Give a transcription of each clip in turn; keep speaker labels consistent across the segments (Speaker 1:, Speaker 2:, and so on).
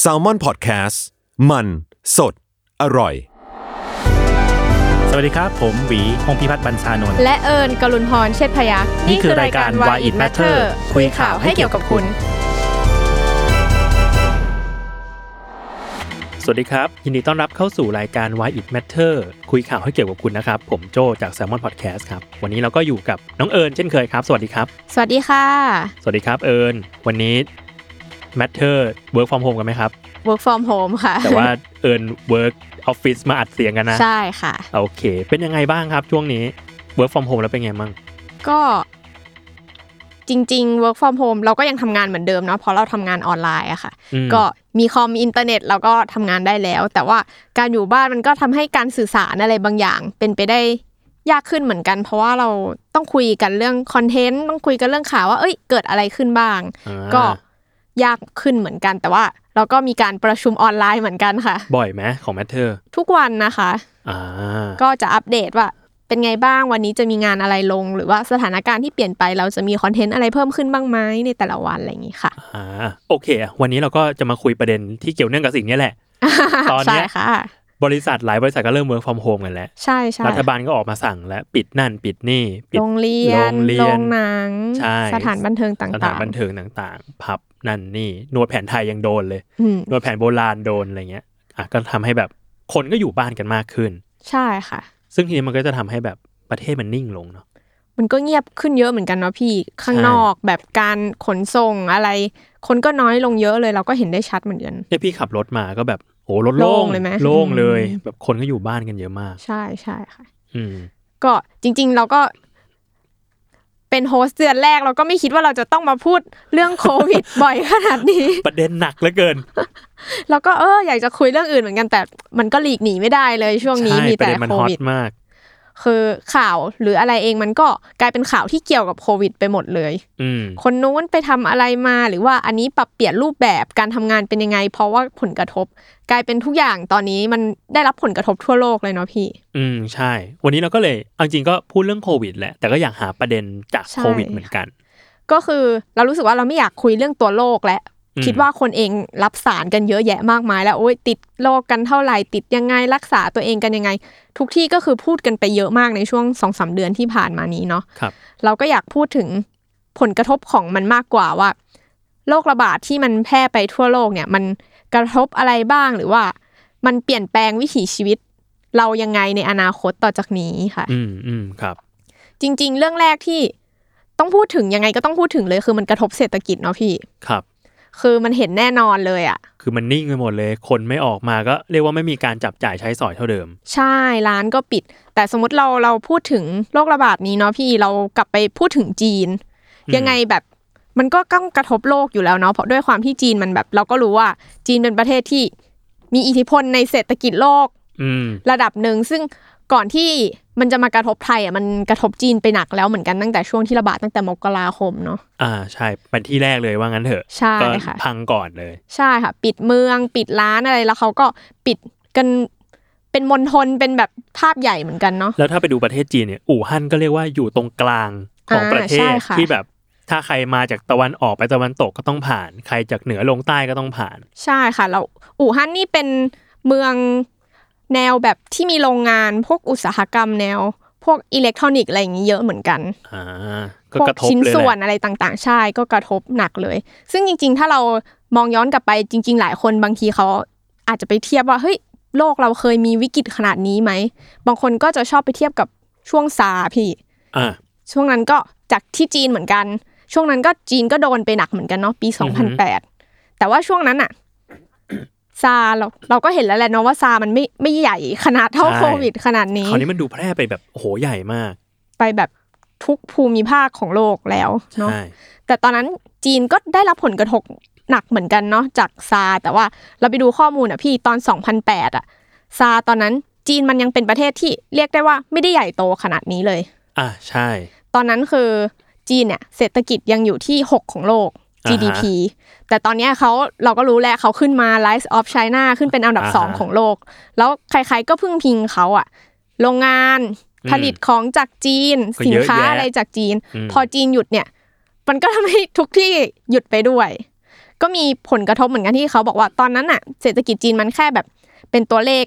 Speaker 1: แซลมอนพอดแคสต์มันสดอร่อย
Speaker 2: สวัสดีครับ ผมหวีพงพิพัฒน์บัญชานนท์
Speaker 3: และเอิญกลุนพรเชษพยักษ์
Speaker 2: นี่คือรายการ Why It Matter
Speaker 3: คุยข่าวให้เกี่ยวกับคุณ
Speaker 2: สวัสดีครับ ยินดีต้อนรับเข้าสู่รายการ Why It Matter คุยข่าวให้เกี่ยวกับคุณนะครับ ผมโจจาก s ซ l m o n Podcast ครับ วันนี้เราก็อยู่กับน้องเอิญเช่นเคยครับ สวัสดีครับ
Speaker 3: สวัสดีค่ะ
Speaker 2: สวัสดีครับเอิญวันนี้ Matter Work from Home กันไหม ครับ
Speaker 3: work from home ค่ะ
Speaker 2: แต่ว่า เอิญ Work Office มาอัดเสียงกันนะ
Speaker 3: ใช่ค่ะ
Speaker 2: โอเค เป็นยังไงบ้างครับช่วงนี้ Work from Home แล้วเป็นไงบ้าง
Speaker 3: ก็จริง ๆ work from home เราก็ยังทำงานเหมือนเดิมเนาะเพราะเราทำงานออนไลน์อะค่ะ
Speaker 2: อืม
Speaker 3: ก็มีคอมมีอินเทอร์เน็ตเราก็ทำงานได้แล้ว แต่ว่าการอยู่บ้านมันก็ทำให้การสื่อสารอะไรบางอย่าง เป็นไปได้ยากขึ้นเหมือนกัน เพราะว่าเราต้องคุยกันเรื่องคอนเทนต์ต้องคุยกันเรื่องข่าวว่าเอ้ยเกิดอะไรขึ้นบ้าง
Speaker 2: อ่า
Speaker 3: ก็ยากขึ้นเหมือนกัน แต่ว่าเราก็มีการประชุมออนไลน์เหมือนกันค่ะ
Speaker 2: บ่อยไหมของ Matter
Speaker 3: ทุกวันนะคะ
Speaker 2: อ่า
Speaker 3: ก็จะอัปเดตว่า เป็นไงบ้างวันนี้จะมีงานอะไรลง หรือว่าสถานการณ์ที่เปลี่ยนไปเราจะมีคอนเทนต์อะไรเพิ่มขึ้นบ้างไหมในแต่ละวันอะไรอย่างนี้ค่ะ
Speaker 2: อ่าโอเคอะวันนี้เราก็จะมาคุยประเด็นที่เกี่ยวเนื่องกับสิ่งนี้แหละ ตอนเนี้ย
Speaker 3: ใช่ค่ะ
Speaker 2: บริษัทหลายบริษัทก็เริ่ม work from home กันแล้ว
Speaker 3: ใช่ใช่
Speaker 2: รัฐบาลก็ออกมาสั่งแล้วปิดนั่นปิดนี่ปิด
Speaker 3: โรงเรียน
Speaker 2: โรงเรียน
Speaker 3: โรงหนัง
Speaker 2: ใช่
Speaker 3: สถานบันเทิงต่าง
Speaker 2: ส
Speaker 3: ๆ
Speaker 2: ถานบันเทิงต่างๆ ผับนั่นนี่นวดแผนไทยยังโดนเลย
Speaker 3: อืม
Speaker 2: นวดแผนโบราณโดนอะไรเงี้ยอ่ะก็ทำให้แบบคนก็อยู่บ้านกันมากขึ้น
Speaker 3: ใช่ค่ะ
Speaker 2: ซึ่งทีนี้มันก็จะทำให้แบบประเทศมันนิ่งลงเนาะ
Speaker 3: มันก็เงียบขึ้นเยอะเหมือนกันเนาะพี่ข้าง
Speaker 2: ใช่
Speaker 3: นอกแบบการขนส่งอะไร คนก็น้อยลงเยอะเลยเราก็เห็นได้ชัดเหมือนกัน
Speaker 2: เนี่ยพี่ขับรถมาก็แบบโอ้รถโล่
Speaker 3: โล่
Speaker 2: ง
Speaker 3: งเลยไหม
Speaker 2: โล่งเลย
Speaker 3: อืม
Speaker 2: แบบคนก็อยู่บ้านกันเยอะมาก
Speaker 3: ใช่ใช่ค่ะ
Speaker 2: อืม
Speaker 3: ก็จริงๆเราก็เป็นโฮสต์เดือนแรกเราก็ไม่คิดว่าเราจะต้องมาพูดเรื่องโควิด บ่อยขนาดนี้
Speaker 2: ประเด็นหนักเหลือเกิน
Speaker 3: เราก็เอออยากจะคุยเรื่องอื่นเหมือนกันแต่มันก็หลีกหนีไม่ได้เลยช่วงนี้
Speaker 2: ใช่
Speaker 3: มี
Speaker 2: ประ
Speaker 3: แต่
Speaker 2: เด็นมัน
Speaker 3: โค
Speaker 2: ฮอต
Speaker 3: วิด
Speaker 2: มาก
Speaker 3: คือข่าวหรืออะไรเองมันก็กลายเป็นข่าวที่เกี่ยวกับโควิด ไปหมดเลย
Speaker 2: อืม
Speaker 3: คนนู้นไปทำอะไรมาหรือว่าอันนี้ปรับเปลี่ยนรูปแบบการทำงานเป็นยังไง เพราะว่าผลกระทบ กลายเป็นทุกอย่างตอนนี้มันได้รับผลกระทบทั่วโลกเลยเนาะพี่
Speaker 2: อืมใช่ วันนี้เราก็เลยเอาจริงก็พูดเรื่องโควิดแหละ แต่ก็อยากหาประเด็นจาก
Speaker 3: ใช่
Speaker 2: โควิดเหมือนกัน
Speaker 3: ก็คือเรารู้สึกว่าเราไม่อยากคุยเรื่องตัวโลกและ
Speaker 2: อืม
Speaker 3: คิดว่าคนเองรับสารกันเยอะแยะมากมาย แล้วโอ้ยติดโรคกันเท่าไหร่ติดยังไงรักษาตัวเองกันยังไง ทุกที่ก็คือพูดกันไปเยอะมากในช่วงสองสาเดือนที่ผ่านมานี้เนาะ
Speaker 2: ครับ
Speaker 3: เราก็อยากพูดถึงผลกระทบของมันมากกว่าว่าโรคระบาดที่มันแพร่ไปทั่วโลกเนี่ย มันกระทบอะไรบ้างหรือว่า มันเปลี่ยนแปลงวิถีชีวิต เรายังไงในอนาคตต่อจากนี้ค่ะ
Speaker 2: อืมอืมครับ
Speaker 3: จริง ๆ เรื่องแรกที่ต้องพูดถึงยังไงก็ต้องพูดถึงเลย คือมันกระทบเศรษฐกิจเนาะพี่
Speaker 2: ครับ
Speaker 3: คือมันเห็นแน่นอนเลยอะ
Speaker 2: คือมันนิ่งไปหมดเลย คนไม่ออกมาก็เรียกว่าไม่มีการจับจ่ายใช้สอยเท่าเดิม
Speaker 3: ใช่ร้านก็ปิด แต่สมมติเราเราพูดถึงโรคระบาดนี้เนาะพี่เรากลับไปพูดถึงจีน
Speaker 2: อืม
Speaker 3: ยังไงแบบมันก็ต้องกระทบโลกอยู่แล้วเนาะเพราะด้วยความที่จีนมันแบบ เราก็รู้ว่าจีนเป็นประเทศที่มีอิทธิพลในเศรษฐกิจโลก
Speaker 2: อืม
Speaker 3: ระดับหนึ่งซึ่งก่อนที่มันจะมากระทบไทยอ่ะมันกระทบจีนไปหนักแล้วเหมือนกันตั้งแต่ช่วงที่ระบาดตั้งแต่มกราคมเนาะ
Speaker 2: อ่าใช่เป็นที่แรกเลยว่างั้นเถอะ
Speaker 3: ใช่
Speaker 2: ก็
Speaker 3: ค่ะ
Speaker 2: พังก่อนเลย
Speaker 3: ใช่ค่ะ ปิดเมืองปิดร้านอะไรแล้วเขาก็ปิดกันเป็นมณฑลเป็นแบบภาพใหญ่เหมือนกันเนาะ
Speaker 2: แล้วถ้าไปดูประเทศจีนเนี่ยอู่ฮั่นก็เรียกว่าอยู่ตรงกลางของ
Speaker 3: อ่า
Speaker 2: ประเท
Speaker 3: ใช่
Speaker 2: ศ
Speaker 3: ค่ะ
Speaker 2: ที่แบบถ้าใครมาจากตะวันออกไปตะวันตกก็ต้องผ่าน ใครจากเหนือลงใต้ก็ต้องผ่าน
Speaker 3: ใช่ค่ะแล้วอู่ฮั่นนี่เป็นเมืองแนวแบบที่มีโรงงานพวกอุตสาหกรรมแนว พวกอิเล็กทรอนิกส์อะไรอย่างนี้เยอะเหมือนกัน
Speaker 2: อ่า
Speaker 3: พ
Speaker 2: ก็
Speaker 3: วก
Speaker 2: กระทบ
Speaker 3: ชิ้น
Speaker 2: เลย
Speaker 3: ส่
Speaker 2: แห
Speaker 3: วน
Speaker 2: ละ
Speaker 3: อะไรต่างๆ ใช่ก็กระทบหนักเลย ซึ่งจริง ๆ ถ้าเรามองย้อนกลับไปจริง ๆ หลายคนบางทีเขาอาจจะไปเทียบว่าเฮ้ยโลกเราเคยมีวิกฤตขนาดนี้ไหมบางคนก็จะชอบไปเทียบกับช่วงซาร์พี่
Speaker 2: อ่า
Speaker 3: ช่วงนั้นก็จากที่จีนเหมือนกัน ช่วงนั้นก็จีนก็โดนไปหนักเหมือนกันเนาะปี
Speaker 2: อือฮึ
Speaker 3: 2008 แต่ว่าช่วงนั้นอะ ซาเราเราก็เห็นแล้วแหละเนาะว่าซามันไม่ไม่ใหญ่ขนาดเท่าโควิดขนาดนี้
Speaker 2: คราวนี้มันดูแพร่ไปแบบโอ้โหใหญ่มาก
Speaker 3: ไปแบบทุกภูมิภาคของโลกแล้วเนาะ
Speaker 2: ใช่
Speaker 3: แต่ตอนนั้นจีนก็ได้รับผลกระทบหนักเหมือนกันเนาะจากซา แต่ว่าเราไปดูข้อมูลอะพี่ตอน 2008อะซาตอนนั้นจีนมันยังเป็นประเทศที่เรียกได้ว่าไม่ได้ใหญ่โตขนาดนี้เลย
Speaker 2: อ่ะใช่
Speaker 3: ตอนนั้นคือจีนเนี่ยเศรษฐกิจยังอยู่ที่ 6 ของโลก
Speaker 2: อ่าฮะ
Speaker 3: GDP แต่ตอนเนี้ยเขาเราก็รู้แล้วเขาขึ้นมา Rise of China ขึ้นเป็นอันดับ
Speaker 2: อ่าฮะ
Speaker 3: 2 ของโลก แล้วใครๆก็พึ่งพิงเขาอะโรงงาน
Speaker 2: อืม
Speaker 3: ผลิตของจากจีน
Speaker 2: ก็
Speaker 3: สิน
Speaker 2: เยอะ
Speaker 3: ค้า
Speaker 2: แยะ
Speaker 3: อะไรจากจีน
Speaker 2: อืม
Speaker 3: พอจีนหยุดเนี่ย มันก็ทำให้ทุกที่หยุดไปด้วย ก็มีผลกระทบเหมือนกันที่เขาบอกว่าตอนนั้นอะเศรษฐกิจจีนมันแค่แบบเป็นตัวเลข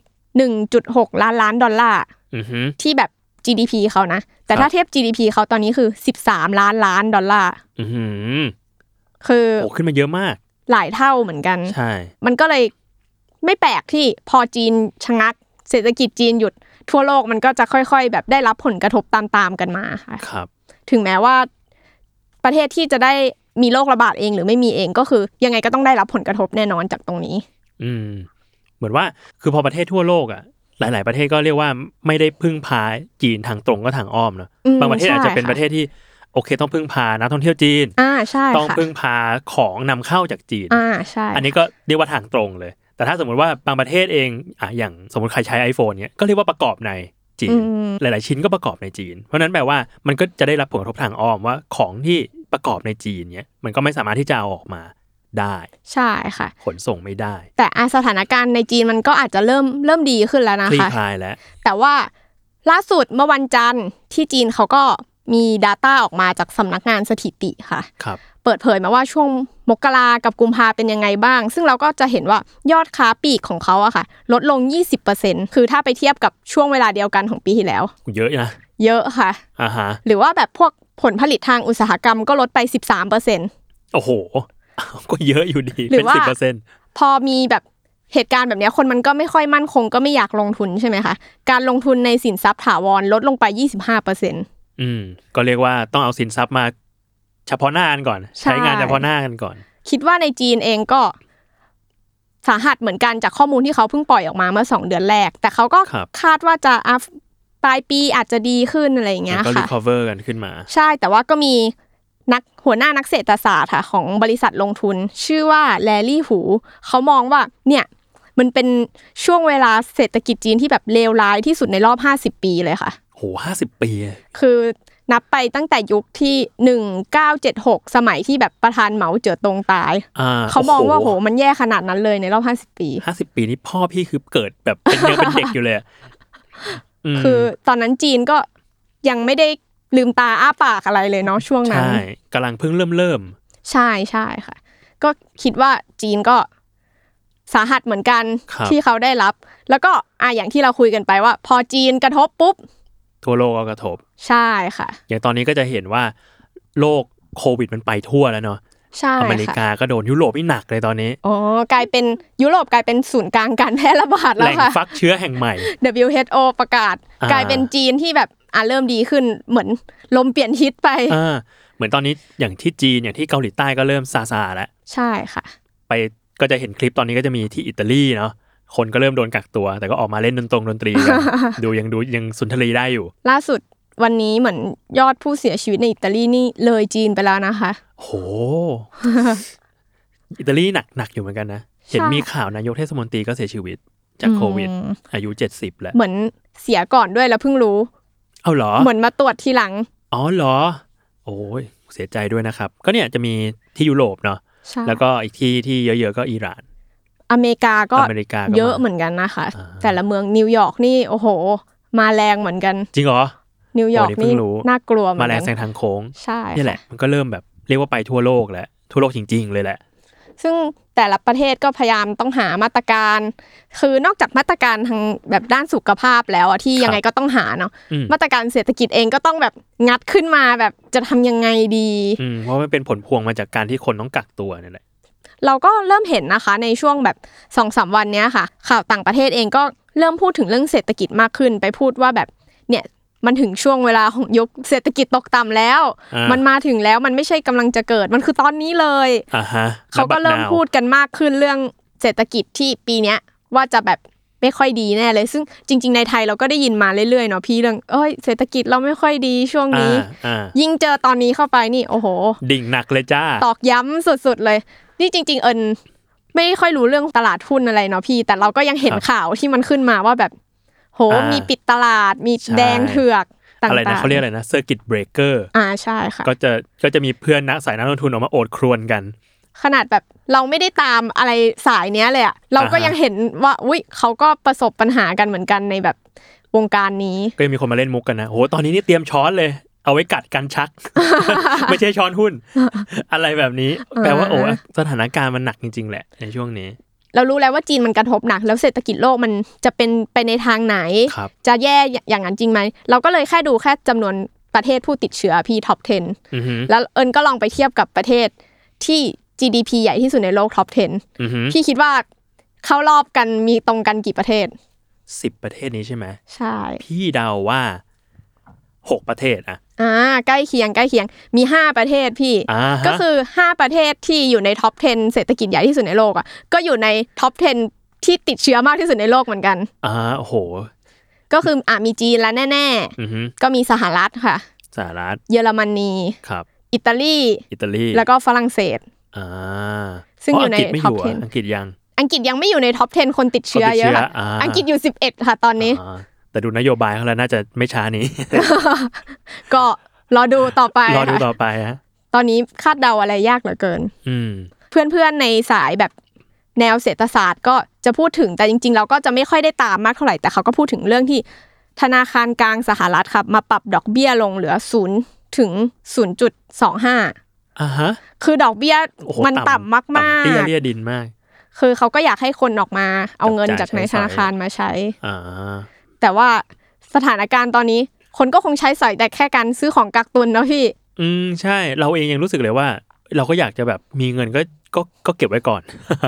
Speaker 3: 1.6 ล้านล้านดอลลาร์
Speaker 2: อือฮึ
Speaker 3: ที่แบบ GDP เขานะ แต่
Speaker 2: ครั
Speaker 3: ถ้า
Speaker 2: บ
Speaker 3: เทียบ GDP เขาตอนนี้คือ 13 ล้านล้านดอลลาร์
Speaker 2: อือหือ
Speaker 3: คือ
Speaker 2: โอ้ขึ้นมาเยอะมาก
Speaker 3: หลายเท่าเหมือนกัน
Speaker 2: ใช่
Speaker 3: มันก็เลยไม่แปลกที่พอจีนชะงัก เศรษฐกิจจีนหยุด ทั่วโลกมันก็จะค่อยๆ แบบได้รับผลกระทบตามๆกันมาค่ะ
Speaker 2: ครับ
Speaker 3: ถึงแม้ว่าประเทศที่จะได้มีโรคระบาดเองหรือไม่มีเองก็คือ ยังไงก็ต้องได้รับผลกระทบแน่นอนจากตรงนี้
Speaker 2: อืม เหมือนว่าคือพอประเทศทั่วโลกอ่ะ หลาย ๆ ประเทศก็เรียกว่าไม่ได้พึ่งพาจีนทางตรงก็ทางอ้อมเนอะ
Speaker 3: อืม
Speaker 2: บางประเทศ
Speaker 3: ใช่
Speaker 2: อาจจะเป็น
Speaker 3: ค่ะ
Speaker 2: ประเทศที่โอเคต้องพึ่งพานักท่องเที่ยวจีน
Speaker 3: อ่าใช่
Speaker 2: ต้อง
Speaker 3: ค่ะ
Speaker 2: พึ่งพาของนำเข้าจากจีน
Speaker 3: อ่าใช่
Speaker 2: อันนี้ก็เรียกว่าทางตรงเลย แต่ถ้าสมมติว่าบางประเทศเองอ่ะอย่างสมมติใครใช้ iPhone เนี้ยก็เรียกว่าประกอบในจี
Speaker 3: อื
Speaker 2: น
Speaker 3: ม
Speaker 2: หลาย ๆ ชิ้นก็ประกอบในจีน เพราะฉะนั้นแปลว่ามันก็จะได้รับผลกระทบทางอ้อมว่าของที่ประกอบในจีนเนี้ยมันก็ไม่สามารถที่จะเอาออกมาได้
Speaker 3: ใช่ค่ะ
Speaker 2: ขนส่งไม่ได้
Speaker 3: แต่อ่ะสถานการณ์ในจีนมันก็อาจจะเริ่มเริ่มดีขึ้นแล้วนะ
Speaker 2: คลี่
Speaker 3: คะ
Speaker 2: คลายแล้ว
Speaker 3: แต่ว่าล่าสุดเมื่อวันจันทร์ที่จีนเขาก็มี Data ออกมาจากสำนักงานสถิติค่ะ
Speaker 2: ครับ
Speaker 3: เปิดเผยมาว่าช่วงมกรากับกุมภาเป็นยังไงบ้าง ซึ่งเราก็จะเห็นว่ายอดค้าปลีกของเขาอะค่ะ ลดลง 20%คือถ้าไปเทียบกับช่วงเวลาเดียวกันของปีที่แล้ว
Speaker 2: เยอะนะ
Speaker 3: เยอะค่ะ
Speaker 2: อ่าฮะ
Speaker 3: หรือว่าแบบพวกผลผลิตทางอุตสาหกรรมก็ลดไป 13%
Speaker 2: โอ้โห ก็เยอะอยู่ดี
Speaker 3: หรื
Speaker 2: เป็น
Speaker 3: ว่า
Speaker 2: สิบเปอร์เซ็นต์
Speaker 3: พอมีแบบเหตุการณ์แบบเนี้ยคนมันก็ไม่ค่อยมั่นคงก็ไม่อยากลงทุนใช่ไหมคะการลงทุนในสินทรัพย์ถาวรลดลงไป 25%
Speaker 2: อืม ก็เรียกว่าต้องเอาสินทรัพย์มา เฉพาะหน้ากันก่อน
Speaker 3: ใช่
Speaker 2: ใช้งานเฉพาะหน้ากันก่อน
Speaker 3: คิดว่าในจีนเองก็สาหัสเหมือนกันจากข้อมูลที่เขาเพิ่งปล่อยออกมาเมื่อสองเดือนแรก แต่เขาก็
Speaker 2: ครับ
Speaker 3: คาดว่าจะ af- ปลายปีอาจจะดีขึ้นอะไรอย่างเงี้ย
Speaker 2: แล้วก็รี
Speaker 3: ค่ะ
Speaker 2: คอเวอร์กันขึ้นมา
Speaker 3: ใช่แต่ว่าก็มีนักหัวหน้านักเศรษฐศาสตร์ค่ะของบริษัทลงทุน ชื่อว่าแลลี่หู เขามองว่าเนี่ยมันเป็นช่วงเวลาเศรษฐกิจจีนที่แบบเลวร้ายที่สุดในรอบ 50 ปีเลยค่ะ
Speaker 2: โหห้าสิบปี
Speaker 3: คือนับไปตั้งแต่ยุคที่ 1976 สมัยที่แบบประธานเหมาเจ๋อตงตาย
Speaker 2: อ่า
Speaker 3: เขามองว่าโหมันแย่ขนาดนั้นเลยในรอบห้าสิบ50 ปี
Speaker 2: ห้าสิบปีนี้พ่อพี่คือเกิดแบบเป็นยังเป็นเด็กอยู่เลยอะม
Speaker 3: คือตอนนั้นจีนก็ยังไม่ได้ลืมตาอ้าปากอะไรเลยเนาะช่วงนั้น
Speaker 2: ใช่กำลังเพิ่งเริ่มเริ่ม
Speaker 3: ใช่ใช่ค่ะ ก็คิดว่าจีนก็สาหัสเหมือนกัน
Speaker 2: ครับ
Speaker 3: ที่เขาได้รับ แล้วก็อ่ะอย่างที่เราคุยกันไปว่า พอจีนกระทบปุ๊บ
Speaker 2: ทั่วโลกก็กระทบ
Speaker 3: ใช่ค่ะ
Speaker 2: อย่างตอนนี้ก็จะเห็นว่าโรคโควิดมันไปทั่วแล้วเนาะ
Speaker 3: ใช่
Speaker 2: อเมริ
Speaker 3: ค่ะ
Speaker 2: กาก็โดนยุโรปนี่หนักเลยตอนนี้
Speaker 3: อ๋อกลายเป็นยุโรปกลายเป็นศูนย์กลางการแพร่ระบาด
Speaker 2: แห
Speaker 3: แล้ว
Speaker 2: ล่ง
Speaker 3: ค่ะ
Speaker 2: ฟักเชื้อแห่งใหม่
Speaker 3: WHO ประกาศ
Speaker 2: อ่าก
Speaker 3: กลายเป็นจีนที่แบบอ่ะเริ่มดีขึ้นเหมือนลมเปลี่ยนทิศไป
Speaker 2: อ่าเหมือนตอนนี้อย่างที่จีนอย่างที่เกาหลีใต้ก็เริ่มซาซาแล้ว
Speaker 3: ใช่ค่ะ
Speaker 2: ไปก็จะเห็นคลิปตอนนี้ก็จะมีที่อิตาลีเนาะคนก็เริ่มโดนกักตัว แต่ก็ออกมาเล่นดนตรงดนตรี กัน ดูยังดูยังสุนทรีได้อยู่
Speaker 3: ล่าสุดวันนี้เหมือนยอดผู้เสียชีวิตในอิตาลีนี่เลยจีนไปแล้วนะคะ
Speaker 2: โห อิตาลีหนักหนักอยู่เหมือนกันนะ เห็นมีข่าวนายกเทศมนตรีก็เสียชีวิต จากโควิด
Speaker 3: อืม
Speaker 2: อายุเจ็ดสิบแล้ว
Speaker 3: เหมือนเสียก่อนด้วยแล้วเพิ่งรู้
Speaker 2: เอาเหรอ
Speaker 3: เหมือนมาตรวจทีหลัง
Speaker 2: อ๋อเหรอ โอ้ยเสียใจด้วยนะครับ ก็เนี่ยจะมีที่ยุโรปเนาะ
Speaker 3: ใช่
Speaker 2: แล้วก็อีกที่ที่เยอะๆก็อิหร่าน
Speaker 3: อเมริกาก็
Speaker 2: อเมริกาก็มา
Speaker 3: เยอะเหมือนกันนะคะ
Speaker 2: อ่า
Speaker 3: แต่ละเมืองนิวยอร์กนี่โอ้โห มาแรงเหมือนกัน
Speaker 2: จริงเหรอ
Speaker 3: นิวยอร์ก
Speaker 2: โอ้นี่เพิ่
Speaker 3: นี่
Speaker 2: งรู้
Speaker 3: น่ากลัวเหมื
Speaker 2: มา
Speaker 3: อน
Speaker 2: แรง
Speaker 3: กัน
Speaker 2: แซงทางโค้ง
Speaker 3: ใช่
Speaker 2: นี่แห
Speaker 3: ค่ะ
Speaker 2: ละมันก็เริ่มแบบเรียกว่าไปทั่วโลกแล้ว ทั่วโลกจริงๆเลยแหละ
Speaker 3: ซึ่งแต่ละประเทศก็พยายามต้องหามาตรการ คือนอกจากมาตรการทางแบบด้านสุขภาพแล้วอะที่ยังไงก็ต้องหาเนาะ
Speaker 2: อืม
Speaker 3: มาตรการเศรษฐกิจเองก็ต้องแบบงัดขึ้นมาแบบจะทำยังไงดี
Speaker 2: อืมเพราะมันเป็นผลพวงมาจากการที่คนต้องกักตัวเนี่ยแหละ
Speaker 3: เราก็เริ่มเห็นนะคะในช่วงแบบสองสามวันเนี้ยค่ะ ข่าวต่างประเทศเองก็เริ่มพูดถึงเรื่องเศรษฐกิจมากขึ้น ไปพูดว่าแบบเนี่ยมันถึงช่วงเวลาของยุคเศรษฐกิจตกต่ำแล้ว
Speaker 2: อ่ามั
Speaker 3: มันมาถึงแล้วมันไม่ใช่กำลังจะเกิดมันคือตอนนี้เลย
Speaker 2: อ่าฮะ
Speaker 3: เขาก็เริ่ม
Speaker 2: ณบัด now
Speaker 3: พูดกันมากขึ้นเรื่องเศรษฐกิจที่ปีเนี้ยว่าจะแบบไม่ค่อยดีแน่เลย ซึ่งจริง ๆ ในไทยเราก็ได้ยินมาเรื่อยๆเนาะพี่เรื่องเอ้ยเศรษฐกิจเราไม่ค่อยดีช่วง
Speaker 2: อ่า
Speaker 3: นี้
Speaker 2: อ่า
Speaker 3: ยิ่งเจอตอนนี้เข้าไปนี่โอ้โห
Speaker 2: ดิ่งหนักเลยจ้า
Speaker 3: ตอกย้ำสุดๆเลย นี่จริง ๆ เอิญไม่ค่อยรู้เรื่องตลาดหุ้นอะไรเนาะพี่ แต่เราก็ยังเห็น
Speaker 2: ครับ
Speaker 3: ข่าวที่มันขึ้นมาว่าแบบ โห
Speaker 2: อ่ามี
Speaker 3: มีปิดตลาด มี
Speaker 2: ใช่
Speaker 3: แดงเถือกต่างๆ
Speaker 2: อะไรนะเขาเรียกอะไรนะเซอร์กิตเบรกเกอร์
Speaker 3: อ่าใช่ค่ะ
Speaker 2: ก็จะก็จะมีเพื่อนนักสายนักลงทุนออกมาโอดครวญกัน
Speaker 3: ขนาดแบบเราไม่ได้ตามอะไรสายเนี้ยเลยอะเราก็
Speaker 2: อ่าฮะ
Speaker 3: ยังเห็นว่าอุ้ยเขาก็ประสบปัญหากันเหมือนกันในแบบวงการนี้
Speaker 2: ก็ยังมีคนมาเล่นมุกกันนะโหตอนนี้นี่เตรียมช้อนเลย เอาไว้กัดกันชัก ไม่ใช่ช้อนหุ้น อะไรแบบนี้ แปลว่าโอ้สถานการณ์มันหนักจริง ๆ แหละในช่วงนี้
Speaker 3: เรารู้แล้วว่าจีนมันกระทบหนัก แล้วเศรษฐกิจโลกมันจะเป็นไปในทางไหน
Speaker 2: ครับ
Speaker 3: จะแย่อย่างนั้นจริงไหม เราก็เลยแค่ดูแค่จำนวนประเทศผู้ติดเชื้อพี่ท็อป
Speaker 2: อือหือ
Speaker 3: 10 แล้วเอิญก็ลองไปเทียบกับประเทศที่ GDP ใหญ่ที่สุดในโลกท็อป
Speaker 2: อือหือ
Speaker 3: 10 พี่คิดว่าเข้ารอบกันมีตรงกันกี่ประเทศ
Speaker 2: สิบประเทศนี้ใช่ไหม
Speaker 3: ใช่
Speaker 2: พี่เดาว่าหกประเทศอะ
Speaker 3: อ่าใกล้เคียงใกล้เคียงมี 5 ประเทศพี่
Speaker 2: อ่าฮะ
Speaker 3: ก็คือ 5 ประเทศที่อยู่ในท็อป 10 เศรษฐกิจใหญ่ที่สุดในโลกอ่ะก็อยู่ในท็อป 10 ที่ติดเชื้อมากที่สุดในโลกเหมือนกัน
Speaker 2: อ่าโอ้โห
Speaker 3: ก็คืออ่ะมีจีนแล้วแน่
Speaker 2: อือหือ
Speaker 3: ๆ ก็มีสหรัฐค่ะ
Speaker 2: สหรัฐ
Speaker 3: เยอรมนี
Speaker 2: ครับ
Speaker 3: อิตาลี
Speaker 2: อิตาลี
Speaker 3: แล้วก็ฝรั่งเศส
Speaker 2: อ่า
Speaker 3: ซึ่งอยู่ใน
Speaker 2: เพราะอังกฤษไม่อยู่อะ
Speaker 3: top 10
Speaker 2: อังกฤษยัง
Speaker 3: อังกฤษยังไม่อยู่ในท็อป 10 คนติดเชื้อ
Speaker 2: คนติด
Speaker 3: เย
Speaker 2: เชื้อ
Speaker 3: อะค่ะ
Speaker 2: อ่า
Speaker 3: อังกฤษอยู่ 11 ค่ะ ตอนนี้
Speaker 2: อ่าแต่ดูนโยบายเขาแล้วน่าจะไม่ช้านี้
Speaker 3: ก็รอดูต่อไป
Speaker 2: รอดู
Speaker 3: ค่ะ
Speaker 2: ต่อไปฮะ
Speaker 3: ตอนนี้คาดเดาอะไรยากเหลือเกิน
Speaker 2: อืม
Speaker 3: เพื่อนๆในสายแบบแนวเศรษฐศาสตร์ก็จะพูดถึงแต่จริง ๆ เราก็จะไม่ค่อยได้ตามมากเท่าไหร่แต่เขาก็พูดถึงเรื่องที่ ธนาคารกลางสหรัฐครับมาปรับดอกเบี้ยลงเหลือ0ถึง 0.25
Speaker 2: อ่าฮะ
Speaker 3: คือดอกเบี้ย
Speaker 2: โอ้โห
Speaker 3: มันต่ำมาก
Speaker 2: ต่ำเตี้ยเรียดินมาก
Speaker 3: ๆ คือเขาก็อยากให้คนออกมา เอาเงิน
Speaker 2: จั
Speaker 3: จา
Speaker 2: บ
Speaker 3: ก
Speaker 2: จ่าย
Speaker 3: ใน
Speaker 2: ใช้
Speaker 3: ธ
Speaker 2: ส
Speaker 3: นา
Speaker 2: อย
Speaker 3: คารมาใช้
Speaker 2: อ่า
Speaker 3: แต่ว่าสถานการณ์ตอนนี้ คนก็คงใช้สอยแต่แค่การซื้อของกักตุนเนาะพี่
Speaker 2: อืมใช่ เราเองยังรู้สึกเลยว่า เราก็อยากจะแบบมีเงินก็ก็ก็เก็บไว้ก่อน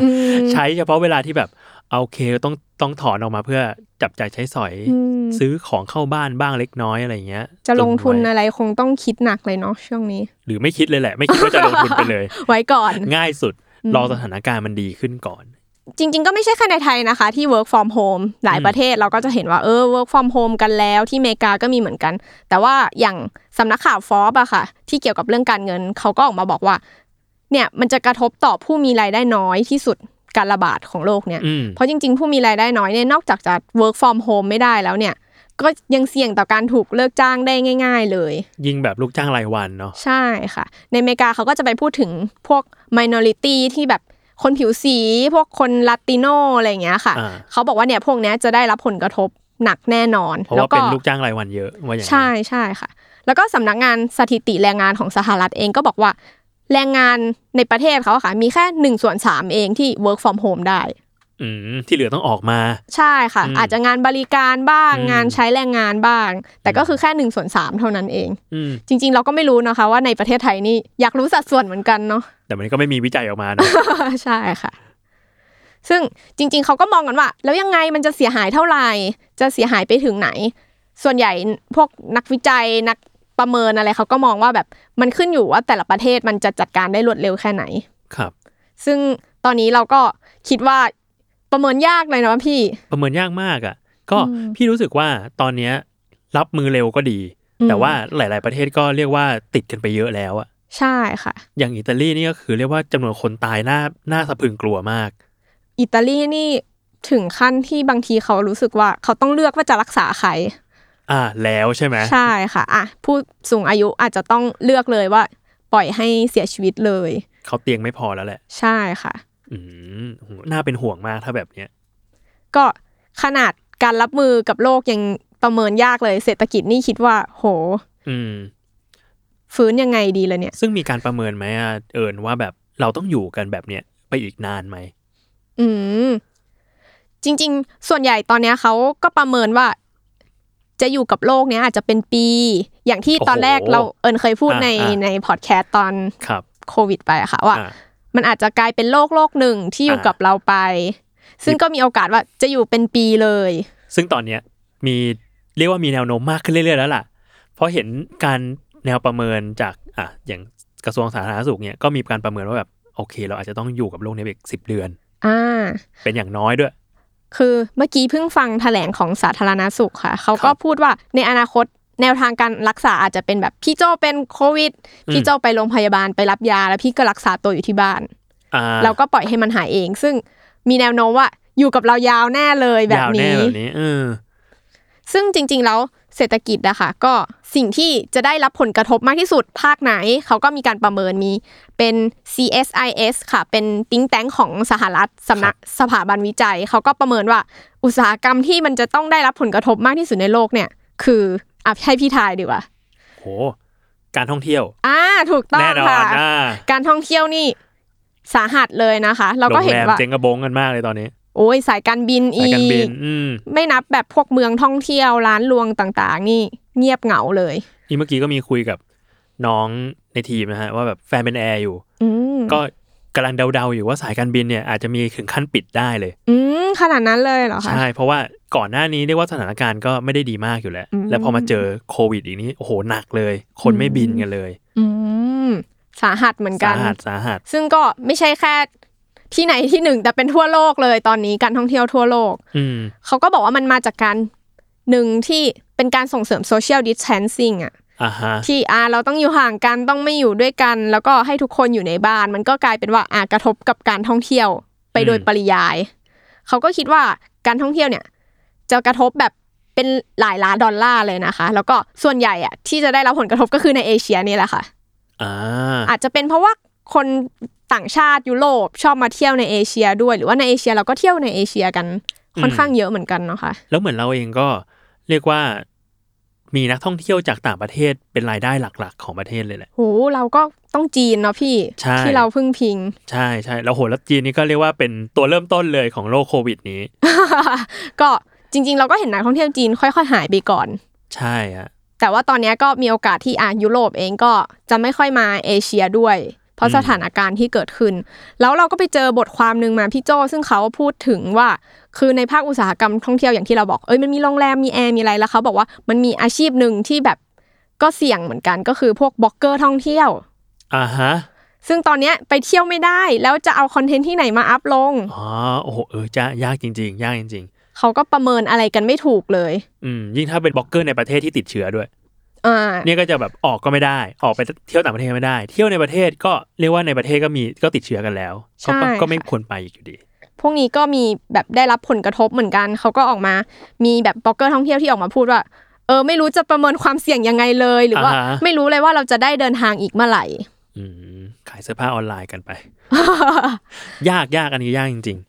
Speaker 3: อืม
Speaker 2: ใช้เฉพาะเวลาที่แบบเอาโอเคต้องต้องถอนออกมาเพื่อจับจ่ายใช้สอย
Speaker 3: อืม
Speaker 2: ซื้อของเข้าบ้านบ้างเล็กน้อยอะไรอย่างเงี้ย
Speaker 3: จะลงทุน
Speaker 2: ตุไว้
Speaker 3: อะไรคงต้องคิดหนักเลยเนาะช่วงนี้
Speaker 2: หรือไม่คิดเลยแหละ ไม่คิดว่าจะลงทุนไปเลย
Speaker 3: ไว้ก่อน
Speaker 2: ง่ายสุดรอสถานการณ์มันดีขึ้นก่อน
Speaker 3: จริงๆ ก็ไม่ใช่แค่ในไทยนะคะ ที่ work from home หลายประเทศเราก็จะเห็นว่าเออ work from home กันแล้วที่อเมริกาก็มีเหมือนกัน แต่ว่าอย่างสำนักข่าวฟอบอะค่ะ ที่เกี่ยวกับเรื่องการเงินเขาก็ออกมาบอกว่า เนี่ยมันจะกระทบต่อผู้มีรายได้น้อยที่สุดการระบาดของโลกเนี่ย
Speaker 2: อืม
Speaker 3: เพราะจริงๆ ผู้มีรายได้น้อยเนี่ยนอกจากจะ work from home ไม่ได้แล้วเนี่ย ก็ยังเสี่ยงต่อการถูกเลิกจ้างได้ง่าย ๆ เลย
Speaker 2: ยิงแบบลูกจ้างรายวันเนาะ
Speaker 3: ใช่ค่ะ ในอเมริกาเขาก็จะไปพูดถึงพวก minority ที่แบบคนผิวสี พวกคนลาติโนอะไรอย่างเงี้ยค่ะ
Speaker 2: อ่า
Speaker 3: เขาบอกว่าเนี่ยพวกเนี้ยจะได้รับผลกระทบหนักแน่นอน
Speaker 2: เพ
Speaker 3: แล้ว
Speaker 2: ราะ่าว
Speaker 3: ก็
Speaker 2: เป็นลูกจ้างรายวันเยอะว่าอย่างนั้น
Speaker 3: ใช่ใช่ค่ะ แล้วก็สำนักงานสถิติแรงงานของสหรัฐเองก็บอกว่า แรงงานในประเทศเขาอะค่ะ มีแค่หนึ่งส่วนสามเองที่ work from home ได้
Speaker 2: อืมที่เหลือต้องออกมา
Speaker 3: ใช่ค่ะ
Speaker 2: อืม
Speaker 3: อาจจะงานบริการบ้าง
Speaker 2: อืม
Speaker 3: งานใช้แรงงานบ้าง แต่ก็คือแค่หนึ่งส่วนสามเท่านั้นเอง
Speaker 2: อืม
Speaker 3: จริง ๆ เราก็ไม่รู้นะคะ ว่าในประเทศไทยนี่อยากรู้สัดส่วนเหมือนกันเนาะ
Speaker 2: แต่มันก็ไม่มีวิจัยออกมาเนอะ
Speaker 3: ใช่ค่ะ ซึ่งจริง ๆ เขาก็มองกันว่า แล้วยังไงมันจะเสียหายเท่าไหร่ จะเสียหายไปถึงไหน ส่วนใหญ่พวกนักวิจัยนักประเมินอะไรเขาก็มองว่าแบบมันขึ้นอยู่ว่าแต่ละประเทศมันจะจัดการได้รวดเร็วแค่ไหน
Speaker 2: ครับ
Speaker 3: ซึ่งตอนนี้เราก็คิดว่าประเมินยากเลยเนาะพี่
Speaker 2: ประเมินยากมากอะ่ะ ก็
Speaker 3: อืม
Speaker 2: พี่รู้สึกว่าตอนเนี้ยรับมือเร็วก็ดี
Speaker 3: อืม
Speaker 2: แต่ว่าหลาย ๆ ประเทศก็เรียกว่าติดกันไปเยอะแล้วอะ
Speaker 3: ใช่ค่ะ
Speaker 2: อย่างอิตาลีนี่ก็คือเรียกว่าจำนวนคนตายน่าน่าสะพรึงกลัวมาก
Speaker 3: อิตาลีนี่ถึงขั้นที่บางทีเขารู้สึกว่าเขาต้องเลือกว่าจะรักษาใคร
Speaker 2: อ่า แล้วใช่ไหม
Speaker 3: ใช่ค่ะอ่ะผู้สูงอายุอาจจะต้องเลือกเลยว่า ปล่อยให้เสียชีวิตเลย
Speaker 2: เขาเตียงไม่พอแล้วแหละ
Speaker 3: ใช่ค่ะ
Speaker 2: อืมโหน่าเป็นห่วงมากถ้าแบบเนี้ย
Speaker 3: ก็ขนาดการรับมือกับโลกยังประเมินยากเลย เศรษฐกิจนี่คิดว่า โห
Speaker 2: อืม
Speaker 3: ฟื้นยังไงดีเลยเนี่ย
Speaker 2: ซึ่งมีการประเมินไหมอะเอิญว่าแบบเราต้องอยู่กันแบบเนี้ยไปอีกนานไหม
Speaker 3: อืม จริง ๆ ส่วนใหญ่ตอนเนี้ยเขาก็ประเมินว่า จะอยู่กับโลกเนี้ยอาจจะเป็นปี อย่างที่ตอน
Speaker 2: โอ้โห
Speaker 3: แรกเราเอิญเคยพูด
Speaker 2: อ่ะ
Speaker 3: ใน
Speaker 2: อ่ะ
Speaker 3: ในพอดแคสต์ตอน
Speaker 2: ครับ
Speaker 3: โควิดไปอะค่ะว่า
Speaker 2: อ่ะ
Speaker 3: มันอาจจะกลายเป็นโลกโลกหนึ่งที่อยู่
Speaker 2: อ่ะ
Speaker 3: กับเราไป ซึ่งก็มีโอกาสว่าจะอยู่เป็นปีเลย
Speaker 2: ซึ่งตอนเนี้ยมีเรียกว่ามีแนวโน้มมากขึ้นเรื่อยๆแล้วล่ะ เพราะเห็นการแนวประเมินจากอ่ะอย่างกระทรวงสาธารณสุขเนี่ยก็มีการประเมินว่าแบบโอเค เราอาจจะต้องอยู่กับโรคนี้ไปอีกสิบเดือน
Speaker 3: อ่า
Speaker 2: เป็นอย่างน้อยด้วย
Speaker 3: คือเมื่อกี้เพิ่งฟังแถลงของสาธารณสุขค่ะ เขา
Speaker 2: ค
Speaker 3: ก็
Speaker 2: รับ
Speaker 3: พูดว่าในอนาคตแนวทางการรักษาอาจจะเป็นแบบพี่โจเป็นโควิด
Speaker 2: อืม
Speaker 3: พี่โจไปโรงพยาบาลไปรับยา แล้วพี่ก็รักษาตัวอยู่ที่บ้าน
Speaker 2: อ่า
Speaker 3: เราก็ปล่อยให้มันหายเอง ซึ่งมีแนวโน้มว่าอยู่กับเรายาวแน่เลยแบบ
Speaker 2: ยาวแน่
Speaker 3: นี้
Speaker 2: แบบนี้เออ
Speaker 3: ซึ่งจริง ๆ แล้วเศรษฐกิจนะคะก็สิ่งที่จะได้รับผลกระทบมากที่สุดภาคไหน เขาก็มีการประเมินมีเป็น CSIS ค่ะ เป็นติ้งแตงของสหรัฐสำนักสถาบันวิจัย เขาก็ประเมินว่าอุตสาหกรรมที่มันจะต้องได้รับผลกระทบมากที่สุดในโลกเนี่ย คืออ่ะให้พี่ทายดีกว่า
Speaker 2: โห การท่องเที่ยว
Speaker 3: อ่าถูกต้อง
Speaker 2: แน่นอน
Speaker 3: ค่ะ
Speaker 2: อ่า
Speaker 3: การท่องเที่ยวนี่สาหัสเลยนะคะ เราก็เห็น
Speaker 2: โรงแร
Speaker 3: ว่าม
Speaker 2: เจ๊งกระบงกันมากเลยตอนนี้
Speaker 3: โอ้ยสายการบิน
Speaker 2: สา
Speaker 3: อี
Speaker 2: ยการบิ
Speaker 3: ก
Speaker 2: น อืม
Speaker 3: ไม่นับแบบพวกเมืองท่องเที่ยวร้านรวงต่างๆ นี่เงียบเหงาเลย
Speaker 2: อีเมื่อกี้ก็มีคุยกับน้องในทีมนะฮะว่าแบบแฟนเป็นแอร์อยู่
Speaker 3: อืม
Speaker 2: ก็กำลังเดาๆอยู่ว่าสายการบินเนี่ยอาจจะมีถึงขั้นปิดได้เลย
Speaker 3: อืมขนาดนั้นเลยเหรอคะ
Speaker 2: ใช่ เพราะว่าก่อนหน้านี้เรียกว่าสถานการณ์ก็ไม่ได้ดีมากอยู่แล้ว
Speaker 3: อืม
Speaker 2: แล้วพอมาเจอโควิดอีกนี้โอ้โหหนักเลย คนไม่บินกันเลย
Speaker 3: อืมสาหัสเหมือนกั
Speaker 2: สาน หัสสาหัส
Speaker 3: ซึ่งก็ไม่ใช่แค่ที่ไหนที่หนึ่งแต่เป็นทั่วโลกเลยตอนนี้การท่องเที่ยวทั่วโลก
Speaker 2: อืม
Speaker 3: เขาก็บอกว่ามันมาจากการหนึ่งที่เป็นการส่งเสริมโซเชียลดิส a ทนซิ่งอะ
Speaker 2: อ่าฮะ
Speaker 3: ที่อ่าเราต้องอยู่ห่างกันต้องไม่อยู่ด้วยกัน แล้วก็ให้ทุกคนอยู่ในบ้าน มันก็กลายเป็นว่าอ่ากระทบกับการท่องเที่ยวไปโดย
Speaker 2: อืม
Speaker 3: ปริยาย เขาก็คิดว่าการท่องเที่ยวเนี่ย จะกระทบแบบเป็นหลายล้านดอลลาร์เลยนะคะ แล้วก็ส่วนใหญ่อะที่จะได้รับผลกระทบก็คือในเอเชียนี่แหละค่ะ
Speaker 2: อ่า
Speaker 3: อาจจะเป็นเพราะว่าคนต่างชาติยุโรปชอบมาเที่ยวในเอเชียด้วย หรือว่าในเอเชียเราก็เที่ยวในเอเชียกันค่อนข้างเยอะเหมือนกันเนาะค่ะ
Speaker 2: แล้วเหมือนเราเองก็เรียกว่ามีนักท่องเที่ยวจากต่างประเทศเป็นรายได้หลักๆ ของประเทศเลยแหละ
Speaker 3: โหเราก็ต้องจีนเนาะพี่
Speaker 2: ใช่
Speaker 3: ที่เราพึ่งพิง
Speaker 2: ใช่ใช่แล้วโหแล้วจีนนี่ก็เรียกว่าเป็นตัวเริ่มต้นเลยของโรคโควิดนี้
Speaker 3: ก็จริง ๆ เราก็เห็นนักท่องเที่ยวจีนค่อย ๆ หายไปก่อน
Speaker 2: ใช่ฮะ
Speaker 3: แต่ว่าตอนเนี้ยก็มีโอกาสที่อ่ะยุโรปเองก็จะไม่ค่อยมาเอเชียด้วย เพ
Speaker 2: อื
Speaker 3: ราะ
Speaker 2: ม
Speaker 3: สถานการณ์ที่เกิดขึ้น แล้วเราก็ไปเจอบทความหนึ่งมาพี่โจซึ่งเขาพูดถึงว่า คือในภาคอุตสาหกรรมท่องเที่ยวอย่างที่เราบอกเอ้ยมันมีโรงแรมมีแอร์มีอะไรแล้วเขาบอกว่ามันมีอาชีพหนึ่งที่แบบก็เสี่ยงเหมือนกันก็คือพวกบล็อกเกอร์ท่องเที่ยว
Speaker 2: อ่าฮะ
Speaker 3: ซึ่งตอนเนี้ยไปเที่ยวไม่ได้แล้วจะเอาคอนเทนต์ที่ไหนมาอัพลง
Speaker 2: อ๋อโอ้โหเออจะยากจริง ๆ ยากจริง
Speaker 3: เขาก็ประเมินอะไรกันไม่ถูกเลย
Speaker 2: ๆ อืมยิ่งถ้าเป็นบล็อกเกอร์ในประเทศที่ติดเชื้อด้วย
Speaker 3: อ่า
Speaker 2: เนี่ยก็จะแบบออกก็ไม่ได้ ออกไปเที่ยวต่างประเทศก็ไม่ได้ เที่ยวในประเทศก็เรียกว่าในประเทศก็มีก็ติดเชื้อกันแล้ว
Speaker 3: ใช่
Speaker 2: ก็ก็ไม่
Speaker 3: ค่ะ
Speaker 2: ควรไปอีกอยู่ดี
Speaker 3: พวกนี้ก็มีแบบได้รับผลกระทบเหมือนกัน เขาก็ออกมา มีแบบบล็อกเกอร์ท่องเที่ยวที่ออกมาพูดว่า เออ ไม่รู้จะประเมินความเสี่ยงยังไงเลย หรือว่า
Speaker 2: อ่าฮะ
Speaker 3: ไม่รู้เลยว่าเราจะได้เดินทางอีกเมื่อไหร่
Speaker 2: อืมขายเสื้อผ้าออนไลน์ กันไป ยากยากอันนี้ยากจริง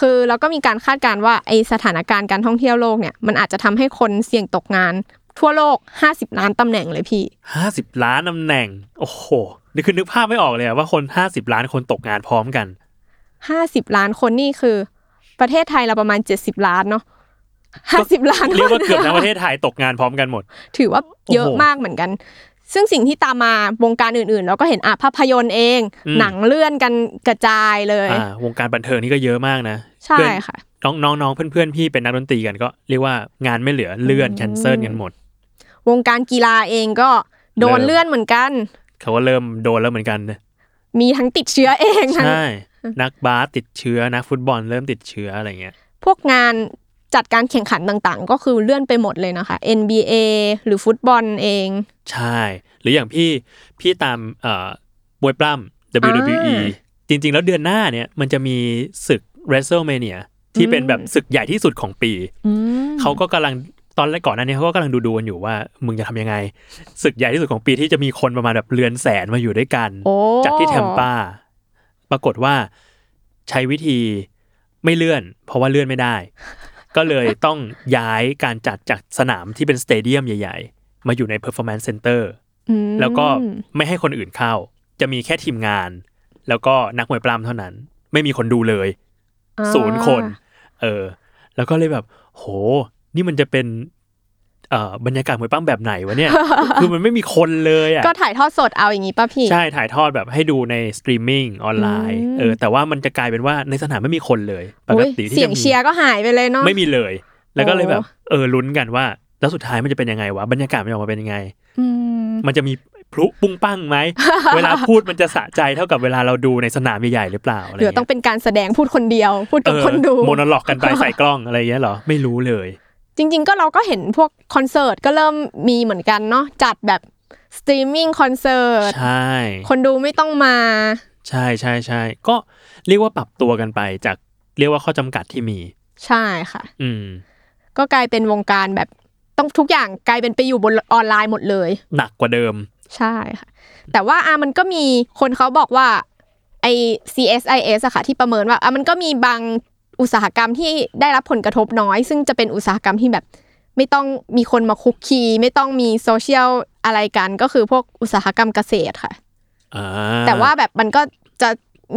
Speaker 3: คือเราก็มีการคาดการณ์ว่าไอสถานการณ์การท่องเที่ยวโลกเนี่ย มันอาจจะทำให้คนเสี่ยงตกงาน ทั่วโลก 50 ล้านตำแหน่งเลยพี่
Speaker 2: ๆห้าสิบล้านตำแหน่ง โอ้โหนี่คือนึกภาพไม่ออกเลยอะว่าคนห้าสิบล้านคนตกงานพร้อมกัน
Speaker 3: 50 ล้านคนนี่คือ ประเทศไทยเราประมาณ 70 ล้านเนาะ50 ล้านคน
Speaker 2: เรียกว่าเกือบทั้งประเทศไทยตกงานพร้อมกันหมด
Speaker 3: ถือว่าเยอะ
Speaker 2: โอ้โห
Speaker 3: มากเหมือนกัน ซึ่งสิ่งที่ตามมาวงการอื่นๆ เราก็เห็นอ่ะภาพยนตร์เอง
Speaker 2: อืม
Speaker 3: หนังเลื่อนกันกระจายเลย
Speaker 2: อ่าวงการบันเทิงนี่ก็เยอะมากนะ
Speaker 3: ใช่
Speaker 2: เพื่อน
Speaker 3: ค่ะ
Speaker 2: น้องน้องน้องเพื่อนเพื่อนพี่เป็นนักดนตรีกันก็เรียกว่างานไม่เหลือเลื่อนแคนเซิลกันหมด
Speaker 3: วงการกีฬาเองก็โด
Speaker 2: เริ่
Speaker 3: น
Speaker 2: ม
Speaker 3: เลื่อนเหมือนกัน
Speaker 2: เขาก็เริ่มโดนแล้วเหมือนกันนะ
Speaker 3: มีทั้งติดเชื้อเองทั้ง
Speaker 2: ใช่ นักบาสติดเชื้อ นักฟุตบอลเริ่มติดเชื้ออะไรเงี้ย
Speaker 3: พวกงานจัดการแข่งขันต่างๆ ก็คือเลื่อนไปหมดเลยนะคะ NBA หรือฟุตบอลเอง
Speaker 2: ใช่ หรืออย่างพี่พี่ตามเอ่อมวยปล้ำ WWE
Speaker 3: อ่า
Speaker 2: จริง ๆ แล้วเดือนหน้าเนี่ยมันจะมีศึก WrestleMania ที่เป็น
Speaker 3: อืม
Speaker 2: แบบศึกใหญ่ที่สุดของปี
Speaker 3: อืม
Speaker 2: เขาก็กำลังตอนแรกก่อนหน้านี้เขาก็กำลังดูดูกันอยู่ว่า มึงจะทำยังไง ศึกใหญ่ที่สุดของปีที่จะมีคนประมาณแบบเรือนแสนมาอยู่ด้วยกัน
Speaker 3: โอ้
Speaker 2: จัดที่แทมปาปรากฏว่าใช้วิธีไม่เลื่อน เพราะว่าเลื่อนไม่ได้ ก็เลยต้องย้ายการจัดจากสนามที่เป็นสเตเดียมใหญ่ๆ มาอยู่ใน Performance Center
Speaker 3: อืม
Speaker 2: แล้วก็ไม่ให้คนอื่นเข้า จะมีแค่ทีมงาน แล้วก็นักมวยปล้ำเท่านั้น ไม่มีคนดูเลย
Speaker 3: อ่า
Speaker 2: ศูนย์คน เออ แล้วก็เลยแบบ โห นี่มันจะเป็น เอ่อบรรยากาศมวยปล้ำแบบไหนวะเนี่ย คือมันไม่มีคนเลยอ่ะ
Speaker 3: ก็ถ่ายทอดสดเอาอย่างนี้ป่ะพี่
Speaker 2: ใช่ถ่ายทอดแบบให้ดูในสตรีมมิ่งออนไลน์
Speaker 3: อืม
Speaker 2: เออ แต่ว่ามันจะกลายเป็นว่าในสนามไม่มีคนเลยปก
Speaker 3: อุ๊ย
Speaker 2: ติที่
Speaker 3: เสีย
Speaker 2: จะ
Speaker 3: ง
Speaker 2: มี
Speaker 3: เชียร์ก็หายไปเลยเนาะ
Speaker 2: ไม่มีเลย แล้วก็เลยแบบ
Speaker 3: โอ้
Speaker 2: เออลุ้นกันว่า แล้วสุดท้ายมันจะเป็นยังไงวะบรรยากาศมันจะออกมาเป็นยังไง
Speaker 3: อืม
Speaker 2: มันจะมีพลุปุ้งปั้ง ไหม เวลาพูดมันจะสะใจเท่ากับเวลาเราดูในสนามใหญ่ๆหรือเปล่าอะไร
Speaker 3: หรือต้องเป็นการแสดงพูดคนเดียว พูดกับคนดู
Speaker 2: โมโนล็อกกันไปใส่กล้องอะไรอย่างเงี้ยเหรอไม่รู้เลย
Speaker 3: จริง ๆ ก็เราก็เห็นพวกคอนเสิร์ตก็เริ่มมีเหมือนกันเนาะจัดแบบสตรีมมิ่งคอนเสิร์ต
Speaker 2: ใช่
Speaker 3: คนดูไม่ต้องมา
Speaker 2: ใช่ใช่ใช่ก็เรียกว่าปรับตัวกันไปจากเรียกว่าข้อจำกัดที่มี
Speaker 3: ใช่ค่ะ
Speaker 2: อืม
Speaker 3: ก็กลายเป็นวงการแบบต้องทุกอย่างกลายเป็นไปอยู่บนออนไลน์หมดเลย
Speaker 2: หนักกว่าเดิม
Speaker 3: ใช่ค่ะ แต่ว่าอ่ะมันก็มีคนเขาบอกว่าไอ CSIS อะค่ะที่ประเมินว่าอ่ะมันก็มีบางอุตสาหกรรมที่ได้รับผลกระทบน้อย ซึ่งจะเป็นอุตสาหกรรมที่แบบ ไม่ต้องมีคนมาคุกคีไม่ต้องมีโซเชียลอะไรกันก็คือพวกอุตสาหกรรมเกษตรค่ะ
Speaker 2: อ่า
Speaker 3: แต่ว่าแบบมันก็จะ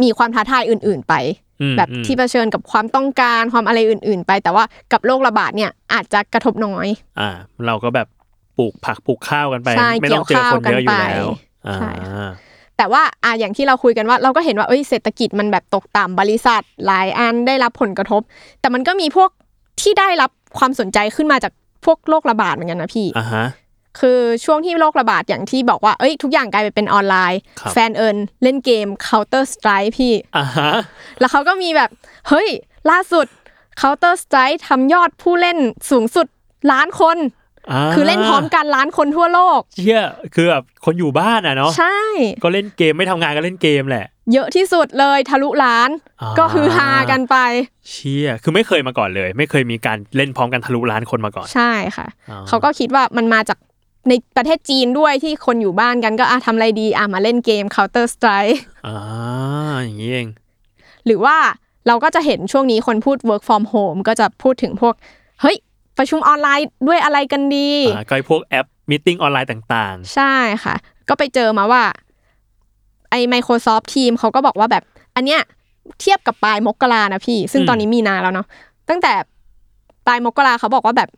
Speaker 3: มีความท้าทายอื่น ๆ ไป
Speaker 2: อืม
Speaker 3: แบบ
Speaker 2: อืม
Speaker 3: ที่เผชิญกับความต้องการความอะไรอื่น ๆ ไป แต่ว่ากับโรคระบาดเนี่ยอาจจะกระทบน้อย
Speaker 2: อ่า เราก็แบบปลูกผักปลูกข้าวกันไป
Speaker 3: ใช่
Speaker 2: ไม่ต้องเจอคนเยอะอยู่แล้ว
Speaker 3: เกี่ยวข้าวกันไปใช่
Speaker 2: อ่า
Speaker 3: แต่ว่าอ่ะอย่างที่เราคุยกันว่า เราก็เห็นว่าเอ้ยเศรษฐกิจมันแบบตกต่ำบริษัทหลายอันได้รับผลกระทบ แต่มันก็มีพวกที่ได้รับความสนใจขึ้นมาจากพวกโรคระบาดเหมือนกันนะพี่
Speaker 2: อ่าฮะ
Speaker 3: คือช่วงที่โรคระบาดอย่างที่บอกว่าเอ้ยทุกอย่างกลายไปเป็นออนไลน์
Speaker 2: ครับ
Speaker 3: แฟนเอิญเล่นเกม Counter Strike พี่
Speaker 2: อ่าฮะ
Speaker 3: แล้วเขาก็มีแบบ เฮ้ย ล่าสุด Counter Strike ทำยอดผู้เล่นสูงสุดล้านคน
Speaker 2: า
Speaker 3: คือเล่นพร้อมกันล้านคนทั่วโลก
Speaker 2: เชื่อคือแบบคนอยู่บ้านอ่ะเนาะ
Speaker 3: ใช่
Speaker 2: ก็เล่นเกมไม่ทำงานก็เล่นเกมแหละ
Speaker 3: เยอะที่สุดเลยทะลุล้าน
Speaker 2: อ่า
Speaker 3: ก็ฮือฮากันไป
Speaker 2: เชี่ยคือไม่เคยมาก่อนเลย ไม่เคยมีการเล่นพร้อมกันทะลุล้านคนมาก่อน
Speaker 3: ใช่ค่ะ
Speaker 2: อ่
Speaker 3: เขาก็คิดว่ามันมาจากในประเทศจีนด้วยที่คนอยู่บ้านกันก็อ่ะทำอะไรดีอ่ะมาเล่นเกม Counter Strike
Speaker 2: อ่าอย่างนี้เอง
Speaker 3: หรือว่าเราก็จะเห็นช่วงนี้คนพูด work from home ก็จะพูดถึงพวก เฮ้ย ประชุมออนไลน์ด้วยอะไรกันดี
Speaker 2: อ่าก็ไอ้พวกแอปมิ g ออนไลน์ต่าง
Speaker 3: ใช่ค่ะ ก็ไปเจอมาว่า ไอ้ Microsoft Team เขาก็บอกว่าแบบ อันเนี้ยเทียบกับปลายมกรานะพี่ ซึ่งตอนนี้มีนาแล้วเนาะตั้งแต่ปลายมกราเขาบอกว่าแบบ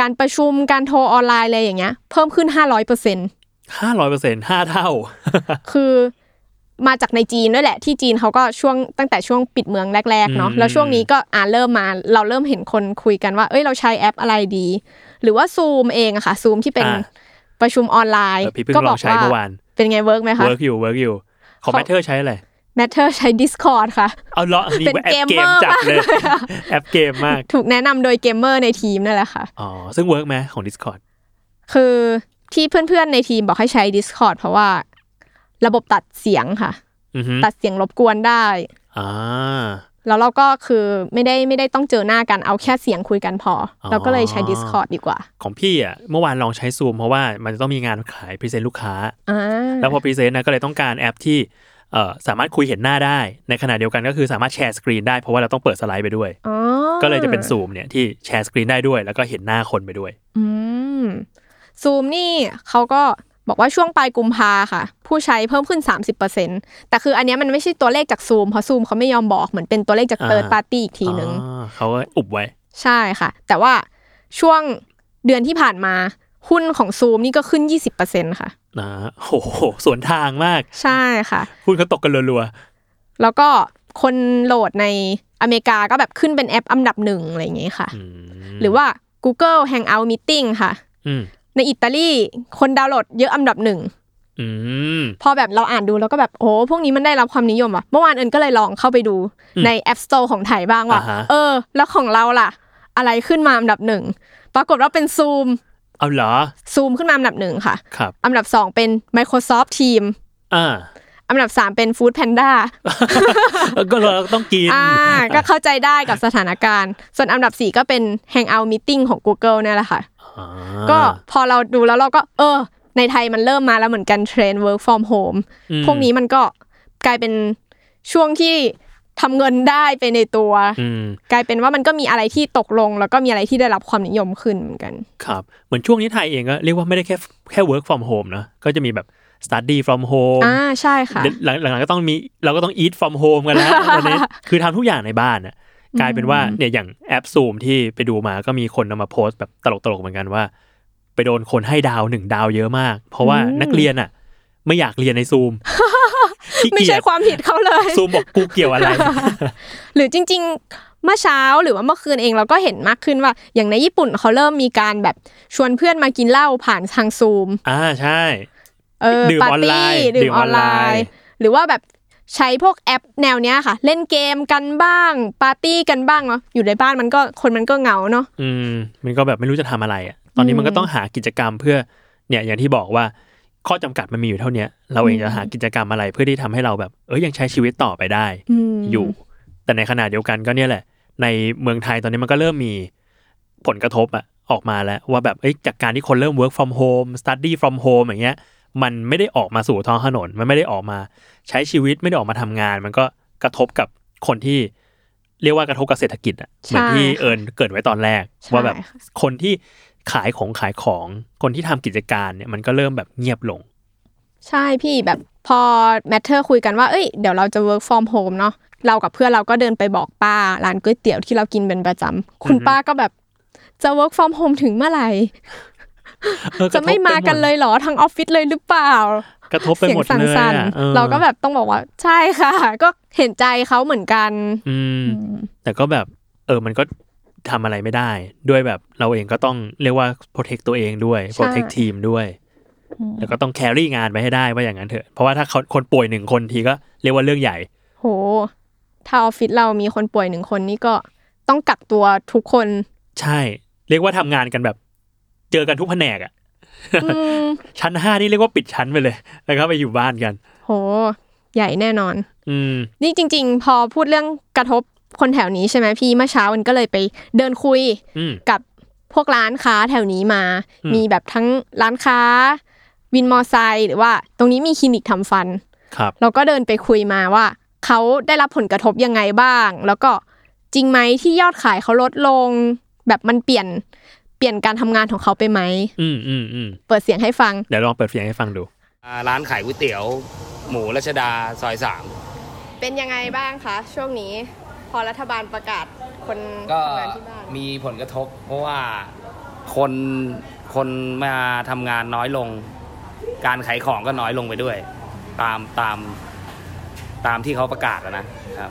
Speaker 3: การประชุมการโทรออนไลน์อะไรอย่างเงี้ย เพิ่มขึ้น 500เปอร์เซ็น
Speaker 2: ๆห้าร้อยเปอร์เซ็นต์ห้าเท่า
Speaker 3: คือมาจากในจีนด้วยแหละ ที่จีนเขาก็ช่วงตั้งแต่ช่วงปิดเมืองแรก ๆ เนาะ
Speaker 2: อืม
Speaker 3: แล้วช่วงนี้ก็อ่าเริ่มมา เราเริ่มเห็นคนคุยกันว่า เอ้ยเราใช้แอปอะไรดี หรือว่าซูมเองอะค่ะซูมที่เป็น
Speaker 2: อ่า
Speaker 3: ประชุมออนไล
Speaker 2: เอ
Speaker 3: น์
Speaker 2: อพี่เพิ่ง
Speaker 3: ก็
Speaker 2: ล
Speaker 3: บ
Speaker 2: อ
Speaker 3: อง ก
Speaker 2: ใช้
Speaker 3: ว่า
Speaker 2: เมื่อวาน
Speaker 3: เป็นไงเวิร์กไหมคะ
Speaker 2: เวิร์กอยู่เวิร์กอยู่คอม
Speaker 3: เขา
Speaker 2: พิวเตอร์ใช้อะไร
Speaker 3: Matter ใช้ Discord ค่ะ
Speaker 2: เอาเลาะนี่
Speaker 3: เป็น
Speaker 2: แอป
Speaker 3: เก
Speaker 2: เกม
Speaker 3: มเมอร์
Speaker 2: จัดเลย แอปเกมมาก
Speaker 3: ถูกแนะนำโดยเกมเมอร์ในทีมนั่นแหละค่ะ
Speaker 2: อ๋อ ซึ่งเวิร์กไหมของ Discord
Speaker 3: คือที่เพื่อนๆในทีมบอกให้ใช้ Discord เพราะว่า ระบบตัดเสียงค่ะ
Speaker 2: อือฮึ
Speaker 3: ตัดเสียงรบกวนได้
Speaker 2: อ่า
Speaker 3: แล้วเราก็คือไม่ได้ไม่ได้ต้องเจอหน้ากันเอาแค่เสียงคุยกันพออ
Speaker 2: อ
Speaker 3: เราก็เลยใช้ Discord ดีกว่า
Speaker 2: ของพี่อ่ะ เมื่อวานลองใช้ซูมเพราะว่ามันจะต้องมีงานขายพรีเซนต์ลูกค้า
Speaker 3: อ่า
Speaker 2: แล้วพอพรีเซนต์นะก็เลยต้องการแอปที่เอ่อสามารถคุยเห็นหน้าได้ ในขณะเดียวกันก็คือสามารถแชร์สกรีนได้เพราะว่าเราต้องเปิดสไลด์ไปด้วย
Speaker 3: อ๋อ
Speaker 2: ก็เลยจะเป็นซูมเนี่ยที่แชร์สกรีนได้ด้วย แล้วก็เห็นหน้าคนไปด้วย
Speaker 3: อืมซูมนี่เขาก็บอกว่าช่วงปลายกุมภาค่ะ ผู้ใช้เพิ่มขึ้น 30%แต่คืออันเนี้ยมันไม่ใช่ตัวเลขจากซูมเพราะซูมเขาไม่ยอมบอกเหมือนเป็นตัวเลขจาก
Speaker 2: อ่า
Speaker 3: เติร์ดปาร์ตี้อีกทีหนึ่ง
Speaker 2: อ๋อเขาก็อุบไว้
Speaker 3: ใช่ค่ะ แต่ว่าช่วงเดือนที่ผ่านมา หุ้นของซูมนี่ก็ขึ้น 20%ค่ะ
Speaker 2: นะโหสวนทางมาก
Speaker 3: ใช่ค่ะ
Speaker 2: พูดเขาตกกันรัว
Speaker 3: แล้วก็คนโหลดในอเมริกาก็แบบขึ้นเป็นแอปอันดับหนึ่งอะไรอย่างงี้ค่ะ
Speaker 2: ๆอืม
Speaker 3: หรือว่า Google Hangout Meeting ค่ะ
Speaker 2: อืม
Speaker 3: ในอิตาลีคนดาวน์โหลดเยอะอันดับหนึ่ง
Speaker 2: อืม
Speaker 3: พอแบบเราอ่านดูแล้วก็แบบโอ้พวกนี้มันได้รับความนิยมว่ะ เมื่อวานเอิญก็เลยลองเข้าไปดู
Speaker 2: อืม
Speaker 3: ใน App Store ของไทยบ้างว่า
Speaker 2: อ่าฮะ
Speaker 3: เออ แล้วของเราล่ะ อะไรขึ้นมาอันดับหนึ่งปรากฏว่าเป็นซูม
Speaker 2: เอาเหรอ
Speaker 3: ซูมขึ้นมาอันดับหนึ่งค่ะ
Speaker 2: ครับ
Speaker 3: อันดับ 2 เป็น Microsoft Team
Speaker 2: อ่า
Speaker 3: อันดับ 3 เป็น Food Panda
Speaker 2: ก็เราต้องกิน
Speaker 3: อ่า ก็เข้าใจได้กับสถานการณ์ ส่วนอันดับ 4 ก็เป็น Hangout Meeting ของ Google เนี่ยแหละค่ะ
Speaker 2: อ่า
Speaker 3: ก็พอเราดูแล้วเราก็ เออ ในไทยมันเริ่มมาแล้วเหมือนกันเทรน work from home
Speaker 2: อืม
Speaker 3: พวกนี้มันก็กลายเป็นช่วงที่ทำเงินได้ไปในตัว
Speaker 2: อืม
Speaker 3: กลายเป็นว่ามันก็มีอะไรที่ตกลง แล้วก็มีอะไรที่ได้รับความนิยมขึ้นเหมือนกัน
Speaker 2: ครับ เหมือนช่วงนี้ไทยเองก็เรียกว่าไม่ได้แค่แค่ work from home นะก็จะมีแบบ study from home
Speaker 3: อ่า ใช่ค่ะ
Speaker 2: เดี๋ยวหลังหลังๆก็ต้องมีเราก็ต้อง eat from home กัน แล้วตอนนี้ คือทำทุกอย่างในบ้านน่ะกลายเป็นว่าเนี่ยอย่างแอปซูมที่ไปดูมาก็มีคนนำมาโพสต์แบบตลกๆเหมือนกันว่า ไปโดนคนให้ดาวหนึ่งดาวเยอะมาก เพราะว่า
Speaker 3: อืม
Speaker 2: นักเรียนอ่ะ ไม่อยากเรียนใน ซูมขี้
Speaker 3: ไม่
Speaker 2: เกี
Speaker 3: ใช่
Speaker 2: ยจ
Speaker 3: ความผิดเขาเลย
Speaker 2: ซูมบอกกูเกี่ยวอะไร
Speaker 3: หรือจริงๆ เมื่อเช้าหรือว่าเมื่อคืนเองเราก็เห็นมากขึ้นว่า อย่างในญี่ปุ่นเขาเริ่มมีการแบบชวนเพื่อนมากินเหล้าผ่านทางซูม
Speaker 2: อ่าใช่
Speaker 3: เออ
Speaker 2: ดื่ม
Speaker 3: ปาร์
Speaker 2: ออนไล
Speaker 3: ตี้
Speaker 2: น์
Speaker 3: ดื่มออ
Speaker 2: ดื่มออน
Speaker 3: นไลน์
Speaker 2: ไลน์
Speaker 3: หรือว่าแบบใช้พวกแอปแนวเนี้ยค่ะ เล่นเกมกันบ้าง ปาร์ตี้กันบ้างเนาะอยู่ในบ้านมันก็คนมันก็เหงาเนาะ
Speaker 2: อืมมันก็แบบไม่รู้จะทำอะไรอ่ะ ตอนนี้
Speaker 3: อืม
Speaker 2: มันก็ต้องหากิจกรรมเพื่อเนี่ยอย่างที่บอกว่าข้อจำกัดมันมีอยู่เท่าเนี้ย เราเอง
Speaker 3: อืม
Speaker 2: จะหากิจกรรมอะไรเพื่อที่ทำให้เราแบบเอ้ยยังใช้ชีวิตต่อไปได้
Speaker 3: ม
Speaker 2: อยู่ แต่ในขณะเดียวกันก็เนี่ยแหละ ในเมืองไทยตอนนี้มันก็เริ่มมีผลกระทบอะออกมาแล้ว ว่าแบบเอ้ยจากการที่คนเริ่ม work from home study from home อย่างเงี้ย มันไม่ได้ออกมาสู่ท้องถนน มันไม่ได้ออกมาใช้ชีวิตไม่ได้ออกมาทำงาน มันก็กระทบกับคนที่ เรียกว่ากระทบกับเศรษฐกิจอะเหมือนที่
Speaker 3: ใช่ค่ะ
Speaker 2: เอิญเกริดไว้ตอนแรก
Speaker 3: ใช่
Speaker 2: ว่าแบบ
Speaker 3: ค่ะ
Speaker 2: คนที่ขายของขายของคนที่ทำกิจการเนี่ยมันก็เริ่มแบบเงียบลง
Speaker 3: ใช่พี่แบบพอแมทเ e อร์คุยกันว่า เอ้ยเดี๋ยวเราจะ work from home เนาะเรากับเพื่อนเราก็เดินไปบอกป้า ร้านก๋วยเตี๋ยวที่เรากินเป็นประจำคุณ
Speaker 2: อือฮึ
Speaker 3: ป้าก็แบบจะ work from home ถึงเมื่อไหร่
Speaker 2: เออกรท
Speaker 3: จะ
Speaker 2: บปหด
Speaker 3: ไม่มากันเลยเหรอทั้งออฟฟิศเลยหรือเปล่า
Speaker 2: กระทบไปหมดเลย
Speaker 3: สั่น
Speaker 2: อะ
Speaker 3: ๆ
Speaker 2: ออ
Speaker 3: เราก็แบบต้องบอกว่า ใช่ค่ะ ก็เห็นใจเขาเหมือนกัน
Speaker 2: อืม แต่ก็แบบเออมันก็ทำอะไรไม่ได้ ด้วยแบบเราเองก็ต้องเรียกว่า protect ตัวเองด้วย
Speaker 3: ใช่
Speaker 2: protect ทีมด้วย แล้วก็ต้อง carry งานไปให้ได้ว่าอย่างนั้นเถอะ เพราะว่าถ้าเขาคนป่วยหนึ่งคนทีก็เรียกว่าเรื่องใหญ่
Speaker 3: โห ถ้าออฟฟิศเรามีคนป่วยหนึ่งคนนี่ก็ต้องกักตัวทุกคน
Speaker 2: ใช่ เรียกว่าทำงานกันแบบ เจอกันทุกแผนกอะ
Speaker 3: อืม
Speaker 2: ชั้นห้านี่เรียกว่าปิดชั้นไปเลย แล้วก็ไปอยู่บ้านกัน
Speaker 3: โห ใหญ่แน่นอน
Speaker 2: อืม
Speaker 3: นี่จริง ๆ พอพูดเรื่องกระทบคนแถวนี้ใช่ไหมพี่เมื่อเช้ามันก็เลยไปเดินคุย
Speaker 2: อืม
Speaker 3: กับพวกร้านค้าแถวนี้มา
Speaker 2: อืม
Speaker 3: มีแบบทั้งร้านค้า วินมอไซค์หรือว่าตรงนี้มีคลินิกทำฟัน
Speaker 2: ครับ
Speaker 3: เราก็เดินไปคุยมาว่า เขาได้รับผลกระทบยังไงบ้าง แล้วก็จริงไหมที่ยอดขายเขาลดลง แบบมันเปลี่ยนเปลี่ยนการทำงานของเขาไปไหม
Speaker 2: อืมอืมอืม
Speaker 3: เปิดเสียงให้ฟัง
Speaker 2: เดี๋ยวลองเปิดเสียงให้ฟังดู
Speaker 4: อ่าร้านขายก๋วยเตี๋ยว หมูรัชดาซอยสาม
Speaker 3: เป็นยังไงบ้างคะ ช่วงนี้ พอรัฐบาลประกาศคน
Speaker 4: ก็
Speaker 3: ทำงานที่บ้าน
Speaker 4: มีผลกระทบ เพราะว่าคนคนมาทำงานน้อยลง การขายของก็น้อยลงไปด้วย ตามตามตามที่เขาประกาศแล้วนะครับ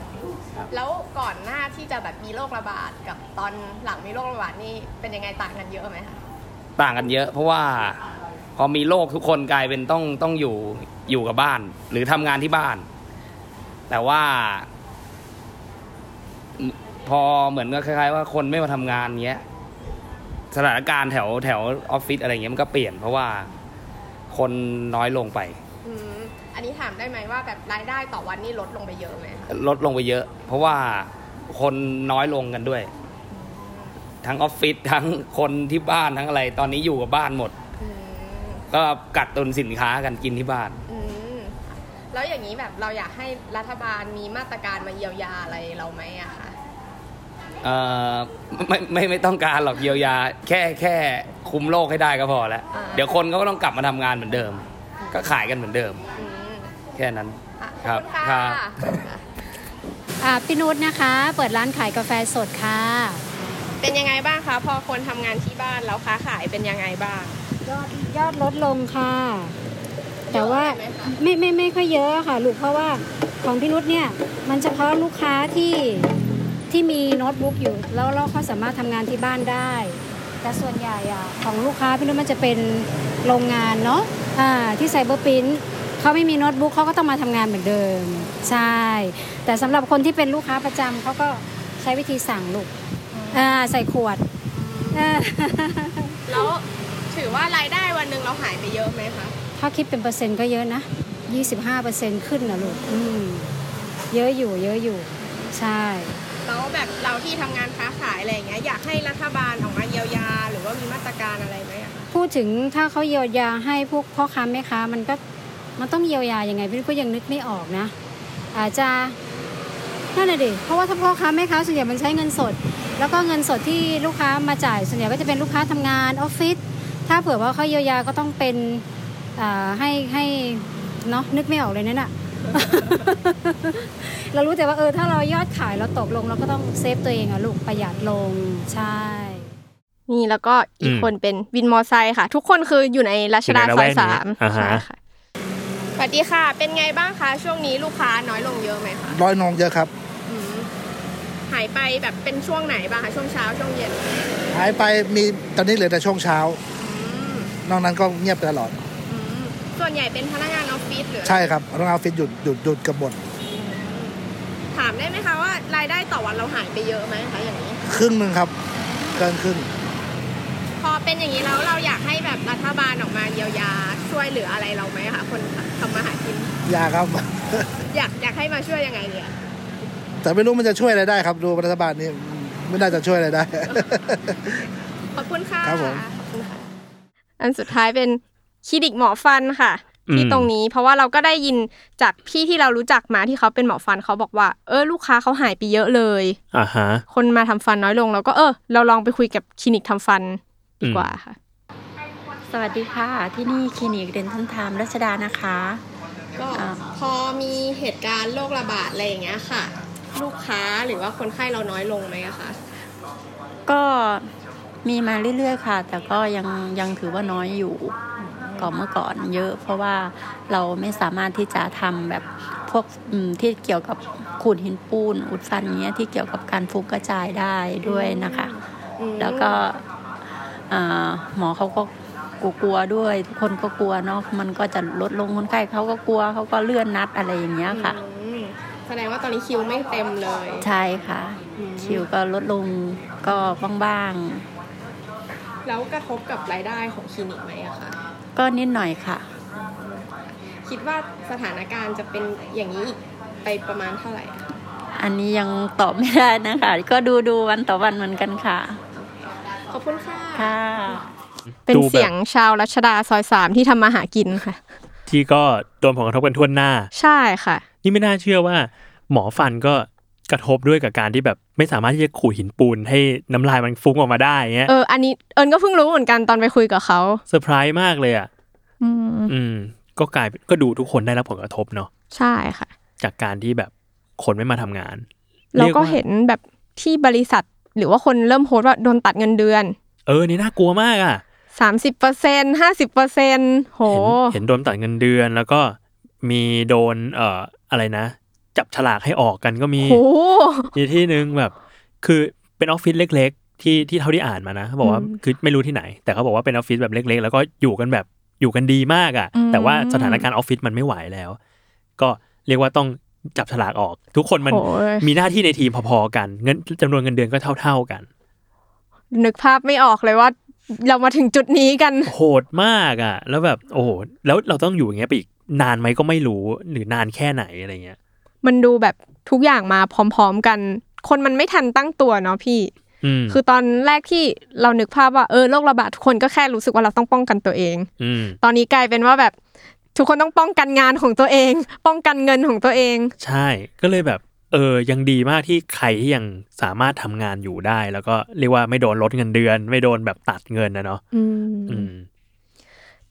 Speaker 3: แล้วก่อนหน้าที่จะแบบมีโรคระบาดกับตอนหลังมีโรคระบาดนี่เป็นยังไงต่างกันเยอะไหมคะ
Speaker 4: ต่างกันเยอะ เพราะว่าพอมีโรคทุกคนกลายเป็นต้องต้องอยู่อยู่กับบ้าน หรือทำงานที่บ้าน แต่ว่าพอเหมือนก็คล้ายๆ ว่าคนไม่มาทำงานเงี้ยสถานการณ์แถวแถวออฟฟิศอะไรเงี้ยมันก็เปลี่ยน เพราะว่าคนน้อยลงไป
Speaker 3: อืมอันนี้ถามได้ไหมว่าแบบรายได้ต่อวันนี่ลดลงไปเยอะไหมคะ
Speaker 4: ลดลงไปเยอะ เพราะว่าคนน้อยลงกันด้วย ทั้งออฟฟิศทั้งคนที่บ้านทั้งอะไร ตอนนี้อยู่กับบ้านหมด
Speaker 3: อืม
Speaker 4: ก็กัดตุนสินค้ากันกินที่บ้าน
Speaker 3: อืมแล้วอย่างนี้แบบเราอยากให้รัฐบาลมีมาตรการมาเยียวยาอะไรเราไหมอะคะ
Speaker 4: เอ่อไม่ไมไม่ไม่ต้องการหรอกเยียวยา แค่แค่คุมโรคให้ได้ก็พอแล้ว เดี๋ยวคนเขาก็ต้องกลับมาทำงานเหมือนเดิม ก็ขายกันเหมือนเดิม
Speaker 3: อืม
Speaker 4: แค่นั้น
Speaker 3: อ่ะข
Speaker 4: ค
Speaker 3: อ
Speaker 4: รั
Speaker 3: บบ คุณค่ะ
Speaker 4: ครับ
Speaker 5: อ่าพี่นุชนะคะ เปิดร้านขายกาแฟสดค่ะ
Speaker 3: เป็นยังไงบ้างคะ พอคนทำงานที่บ้านแล้วค้าขายเป็นยังไงบ้าง
Speaker 5: ยอดยอดลดลงค่ะ แต่ว่า
Speaker 3: เยอะไหมคะ
Speaker 5: ไม่ไม่ไม่ค่อยเยอะค่ะลูกเพราะว่าของพี่นุชเนี่ย มันเฉพาะลูกค้าที่ที่มีโน้ตบุ๊กอยู่ แล้วเราเขาสามารถทำงานที่บ้านได้ แต่ส่วนใหญ่อะของลูกค้าพี่นุชมันจะเป็นโรงงานเนาะอ่าที่ไซเบอร์ปรินท์เขาไม่มีโน้ตบุ๊กเขาก็ต้องมาทำงานเหมือนเดิม ใช่ แต่สำหรับคนที่เป็นลูกค้าประจำเขาก็ใช้วิธีสั่งลูกอ่าใส่ขวดอ่า
Speaker 3: แล้วถือว่ารายได้วันหนึ่งเราหายไปเยอะไหมคะ
Speaker 5: ถ้าคิดเป็นเปอร์เซ็นต์ก็เยอะนะ 25%ขึ้นนะลูก อืม เยอะอยู่ เยอะอยู่ ใช่
Speaker 3: แล้วแบบเราที่ทำงานค้าขายอะไรอย่างเงี้ยอยากให้รัฐบาลออกมาเยียวยา หรือว่ามีมาตรการอะไรไหมอะคะ
Speaker 5: พูดถึงถ้าเขาเยียวยาให้พวกพ่อค้าแม่ค้ามันก็มันต้องเยียวยายังไงพี่นุชก็ยังนึกไม่ออกนะ อาจจะนั่นน่ะดิเพราะว่าถ้าพ่อค้าแม่ค้าส่วนใหญ่มันใช้เงินสด แล้วก็เงินสดที่ลูกค้ามาจ่ายส่วนใหญ่ก็จะเป็นลูกค้าทำงานออฟฟิศถ้าเผื่อว่าเขาเยียวยาก็ต้องเป็นอ่าให้ให้เนาะนึกไม่ออกเลยนั่นอะ เรารู้แต่ว่าเออถ้าเรายอดขายเราตกลงเราก็ต้องเซฟตัวเองอะลูกประหยัดลงใช่
Speaker 3: นี่แล้วก็อีก
Speaker 2: อืม
Speaker 3: คนเป็นวินมอไซค์ค่ะ ทุกคนคืออยู่ในรัชดา
Speaker 2: อยู่ในละแว
Speaker 3: ซอก ย
Speaker 2: นี้
Speaker 3: สาม
Speaker 2: อ่าฮะ
Speaker 3: ใช่ค่ะสวัสดีค่ะ เป็นไงบ้างคะช่วงนี้ลูกค้าน้อยลงเยอะไหมคะ
Speaker 6: ร้อยนองเยอะครับ
Speaker 3: อืมหายไปแบบเป็นช่วงไหนบ้างคะช่วงเช้าช่วงเย็นอื
Speaker 6: หายไปมีตอนนี้เหลือแต่ช่วงเช้า
Speaker 3: ม
Speaker 6: นอกนั้นก็เงียบตลอด
Speaker 3: อืมส่วนใหญ่เป็นพนักงานออฟฟิศหรือ
Speaker 6: ใช่ครับรองเอาฟิตหยุดหยุดหยุดกับหมด
Speaker 3: ถามได้ไหมคะว่ารายได้ต่อวันเราหายไปเยอะไหมคะอย่างนี้
Speaker 6: ครึ่งหนึ่งครับ เกินครึ่ง
Speaker 3: พอเป็นอย่างนี้แล้วเราอยากให้แบบรัฐบาลออกมาเยียวยาช่วยเหลืออะไรเราไหมคะคนทำมาหากิน
Speaker 6: ยาครับ
Speaker 3: อยากอยากให้มาช่วยยังไงเนี่ย
Speaker 6: แต่ไม่รู้มันจะช่วยอะไรได้ครับ ดูรัฐบาลนี้ไม่น่าจะช่วยอะไรได้
Speaker 3: ขอบคุณค่ะ
Speaker 6: ครับผม
Speaker 3: อันสุดท้ายเป็นคลินิกหมอฟันค่ะ
Speaker 7: ที่ตรงนี้ เพราะว่าเราก็ได้ยินจากพี่ที่เรารู้จักมาที่เขาเป็นหมอฟันเขาบอกว่า เออลูกค้าเขาหายไปเยอะเลย
Speaker 2: อ่าฮะ
Speaker 7: คนมาทำฟันน้อยลงเราก็เออ เราลองไปคุยกับคลินิกทำฟันดีกว่าค่ะ
Speaker 8: สวัสดีค่ะ ที่นี่คลินิกเดนทันไทม์รัชดานะคะ
Speaker 3: ก็
Speaker 8: อ่า
Speaker 3: พอมีเหตุการณ์โรคระบาดอะไรอย่างเงี้ยค่ะ ลูกค้าหรือว่าคนไข้เราน้อยลงไหมอะคะ
Speaker 8: ก็มีมาเรื่อยๆค่ะ แต่ก็ยังยังถือว่าน้อยอยู่กว่อนเมื่อก่อนเยอะ เพราะว่าเราไม่สามารถที่จะทำแบบพวกอืมที่เกี่ยวกับขูดหินปูน อุดฟันเงี้ยที่เกี่ยวกับการฟุกกระจายได้ด้วยนะคะ
Speaker 3: อืม
Speaker 8: แล้วก็อ่าหมอเขาก็กลัวๆด้วย ทุกคนก็กลัวเนาะมันก็จะลดลงคนไข้เขาก็กลัวเขาก็เลื่อนนัดอะไรอย่างเงี้ยค่ะ
Speaker 3: อืมแสดงว่าตอนนี้คิวไม่เต็มเลย
Speaker 8: ใช่ค่ะ
Speaker 3: อืม
Speaker 8: คิวก็ลดลงก็บ้าง
Speaker 3: แล้วกระทบกับรายได้ของคลินิกไหมอะคะ
Speaker 8: ๆ ก็นิดหน่อยค่ะ
Speaker 3: คิดว่าสถานการณ์จะเป็นอย่างนี้อีกไปประมาณเท่าไหร่อะ
Speaker 8: อันนี้ยังตอบไม่ได้นะคะ ก็ดูดูวันต่อวันเหมือนกันค่ะ
Speaker 3: ขอบคุณค่ะ
Speaker 8: ค่ะ
Speaker 7: เป็น
Speaker 2: ดูแบบ
Speaker 7: เสียงชาวรัชดาซอยสามที่ทำมาหากินค่ะ
Speaker 2: ที่ก็โดนผลกระทบกันทั่วหน้า
Speaker 7: ใช่ค่ะ
Speaker 2: นี่ไม่น่าเชื่อว่า หมอฟันก็กระทบด้วยกับการที่แบบไม่สามารถที่จะขูดหินปูนให้น้ำลายมันฟุ้งออกมาได้เงี้ย
Speaker 7: เออ อันนี้เอิญก็เพิ่งรู้เหมือนกันตอนไปคุยกับเขา
Speaker 2: เซอร์ไพรส์มากเลยอ่ะ
Speaker 7: อืม
Speaker 2: อืม ก็กลายเป็นก็ดูทุกคนได้รับผลกระทบเนาะ
Speaker 7: ใช่ค่ะ
Speaker 2: จากการที่แบบคนไม่มาทำงาน
Speaker 7: เราก็
Speaker 2: ยว่
Speaker 7: เห็นแบบที่บริษัท หรือว่าคนเริ่มโพสต์ว่าโดนตัดเงินเดือน
Speaker 2: เออนี่น่ากลัวมากอ่ะ
Speaker 7: สามสิบเปอร์เซ็นห้าสิบเปอร์เซ็นโห
Speaker 2: เห็นเห็นโดนตัดเงินเดือนแล้วก็มีโดนเอ่ออะไรนะ จับฉลากให้ออกกันก็มี
Speaker 7: โห
Speaker 2: มีที่หนึ่งแบบคือเป็นออฟฟิศเล็ก ๆ ที่ที่เท่าที่อ่านมานะเขาบอกว่า
Speaker 7: อืม
Speaker 2: คือไม่รู้ที่ไหน แต่เขาบอกว่าเป็นออฟฟิศแบบเล็ก ๆ แล้วก็อยู่กันแบบอยู่กันดีมากอะ่ะ
Speaker 7: อืม
Speaker 2: แต่ว่าสถานการณ์ออฟฟิศมันไม่ไหวแล้ว ก็เรียกว่าต้องจับฉลากออก ทุกคนมัน
Speaker 7: โหย
Speaker 2: มีหน้าที่ในทีมพอๆกันเงินจำนวนเงินเดือนก็เท่า ๆกัน
Speaker 7: นึกภาพไม่ออกเลยว่า เรามาถึงจุดนี้กัน
Speaker 2: โหดมากอะ่ะ แล้วแบบโอ้โหแล้วเราต้องอยู่อย่างเงี้ยไปอีกนานไหมก็ไม่รู้หรือนานแค่ไหนอะไรเงี้ย
Speaker 7: มันดูแบบทุกอย่างมาพร้อมๆกัน คนมันไม่ทันตั้งตัวเนาะพี่
Speaker 2: อืม
Speaker 7: คือตอนแรกที่เรานึกภาพว่าเออโรคระบาดทุกคนก็แค่รู้สึกว่าเราต้องป้องกันตัวเอง
Speaker 2: อืม
Speaker 7: ตอนนี้กลายเป็นว่าแบบทุกคนต้องป้องกันงานของตัวเอง ป้องกันเงินของตัวเอง
Speaker 2: ใช่ก็เลยแบบเออยังดีมากที่ใครที่ยังสามารถทำงานอยู่ได้ แล้วก็เรียกว่าไม่โดนลดเงินเดือน ไม่โดนแบบตัดเงินนะเนาะ
Speaker 7: อื
Speaker 2: อืม
Speaker 7: ม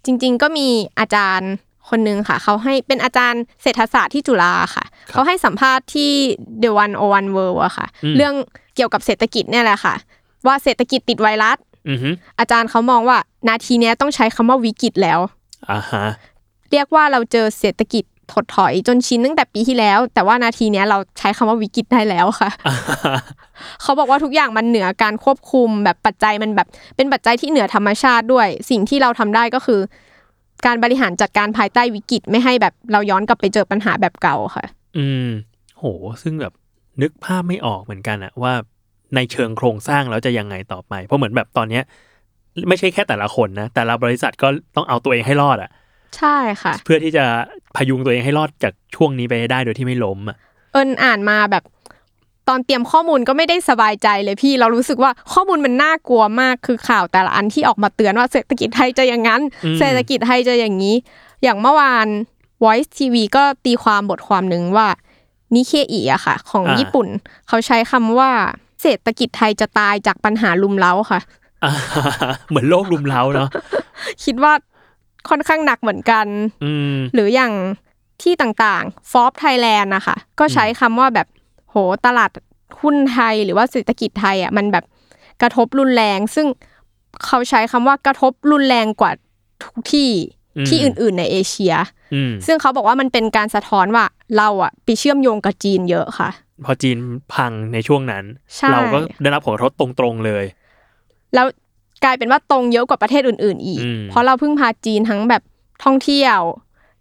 Speaker 7: จริงๆก็มีอาจารย์คนหนึ่งค่ะ เขาให้เป็นอาจารย์เศรษฐศาสตร์ที่จุฬาค่ะ
Speaker 2: ครับ
Speaker 7: เขาให้สัมภาษณ์ที่ The One O One World อะค่ะ
Speaker 2: อืม
Speaker 7: เรื่องเกี่ยวกับเศรษฐกิจเนี่ยแหละค่ะ ว่าเศรษฐกิจติดไวรัส
Speaker 2: อือฮึ
Speaker 7: อาจารย์เขามองว่านาทีเนี้ยต้องใช้คำว่าวิกฤตแล้ว
Speaker 2: อ่าฮะ
Speaker 7: เรียกว่าเราเจอเศรษฐกิจถดถอยจนชินตั้งแต่ปีที่แล้ว แต่ว่านาทีเนี้ยเราใช้คำว่าวิกฤตได้แล้วค่ะ
Speaker 2: อ่าฮะ
Speaker 7: เขาบอกว่าทุกอย่างมันเหนือการควบคุมแบบปัจจัยมันแบบเป็นปัจจัยที่เหนือธรรมชาติด้วย สิ่งที่เราทำได้ก็คือ การบริหารจัดการภายใต้วิกฤตไม่ให้แบบเราย้อนกลับไปเจอปัญหาแบบเก่าค่ะ
Speaker 2: อืมโห ซึ่งแบบนึกภาพไม่ออกเหมือนกันอะว่าในเชิงโครงสร้างแล้วจะยังไงต่อไป เพราะเหมือนแบบตอนเนี้ย ไม่ใช่แค่แต่ละคนนะ แต่ละบริษัทก็ต้องเอาตัวเองให้รอดอะ
Speaker 7: ใช่ค่ะ
Speaker 2: เพื่อที่จะพยุงตัวเองให้รอดจากช่วงนี้ไปให้ได้โดยที่ไม่ล้มอะ
Speaker 7: เอิญอ่านมาแบบตอนเตรียมข้อมูลก็ไม่ได้สบายใจเลยพี่ เรารู้สึกว่าข้อมูลมันน่ากลัวมากคือข่าวแต่ละอันที่ออกมาเตือนว่าเศรษฐกิจไทยจะอย่างนั้น
Speaker 2: อืม
Speaker 7: เศรษฐกิจไทยจะอย่างนี้ อย่างเมื่อวาน Voice TV ก็ตีความบทความหนึ่งว่านิเคอีอะค่ะ ของญี่ปุ่น เขาใช้คำว่าเศรษฐกิจไทยจะตายจากปัญหาลุมเล้าค่ะ
Speaker 2: อ่าฮะเหมือนโลกลุมเล้าเนาะ
Speaker 7: คิดว่าค่อนข้างหนักเหมือนกัน
Speaker 2: อืม
Speaker 7: หรืออย่างที่ต่างๆ ฟอบไทยแลนด์นะคะ ก็ใช้คำว่าแบบโหตลาดหุ้นไทยหรือว่าเศรษฐกิจไทยอ่ะมันแบบกระทบรุนแรง ซึ่งเขาใช้คำว่ากระทบรุนแรงกว่าทุกที่
Speaker 2: อืม
Speaker 7: ที่อื่น ๆ ในเอเชีย
Speaker 2: อืม
Speaker 7: ซึ่งเขาบอกว่ามันเป็นการสะท้อนว่าเราอ่ะไปเชื่อมโยงกับจีนเยอะค่ะ
Speaker 2: พอจีนพังในช่วงนั้น
Speaker 7: ใช่
Speaker 2: เราก็ได้รับผลกระทบตรงๆเลย
Speaker 7: แล้วกลายเป็นว่าตรงเยอะกว่าประเทศอื่น ๆ อีก
Speaker 2: อืม
Speaker 7: เพราะเราเพิ่งพาจีนทั้งแบบท่องเที่ยว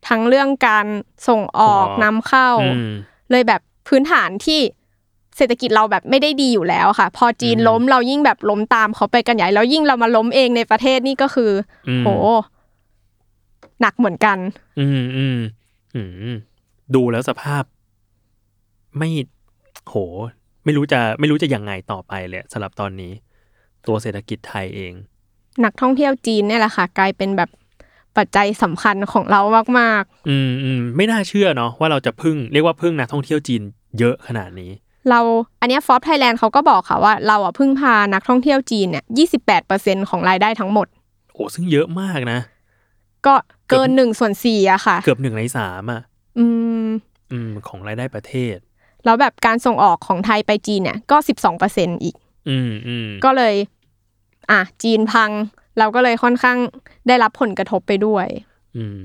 Speaker 7: ทั้งเรื่องการส่งออก
Speaker 2: ส่งออก
Speaker 7: นำเข้า
Speaker 2: อืม
Speaker 7: เลยแบบพื้นฐานที่เศรษฐกิจเราแบบไม่ได้ดีอยู่แล้วค่ะ พอจีน
Speaker 2: อืม
Speaker 7: ล้มเรายิ่งแบบล้มตามเขาไปกันใหญ่ แล้วยิ่งเรามาล้มเองในประเทศนี่ก็คือ
Speaker 2: อื
Speaker 7: อ
Speaker 2: ม
Speaker 7: โหหนักเหมือนกัน
Speaker 2: อืมอืมอืมดูแล้วสภาพ ไม่โห ไม่รู้จะไม่รู้จะยังไงต่อไปเลยสำหรับตอนนี้ ตัวเศรษฐกิจไทยเอง
Speaker 7: นักท่องเที่ยวจีนเนี่ยแหละค่ะ กลายเป็นแบบ ปัจจัยสำคัญของเรามาก
Speaker 2: อืมอืมไม่น่าเชื่อเนาะว่าเราจะพึ่งเรียกว่าพึ่งนักท่องเที่ยวจีนเยอะขนาดนี้
Speaker 7: ๆ เราอันเนี้ฟอ b ไทยแลนด์เขาก็บอกค่ะว่าเราอ่ะพึ่งพานักท่องเที่ยวจีนเนี่ย28%ของรายได้ทั้งหมด
Speaker 2: โอ้ซึ่งเยอะมากนะ
Speaker 7: ก็เกินหนึ่งส่วนสี่อะค่ะ
Speaker 2: เกือบหนึ่งในสามอ่ะ
Speaker 7: อืม
Speaker 2: อืมของรายได้ประเทศ
Speaker 7: แล้วแบบการส่งออกของไทยไปจีนเนี่ยก็สิบสองเปอร์เซ็นอีก
Speaker 2: อืมอืม
Speaker 7: ก็เลย อ่ะจีนพัง เราก็เลยค่อนข้างได้รับผลกระทบไปด้วย
Speaker 2: อืม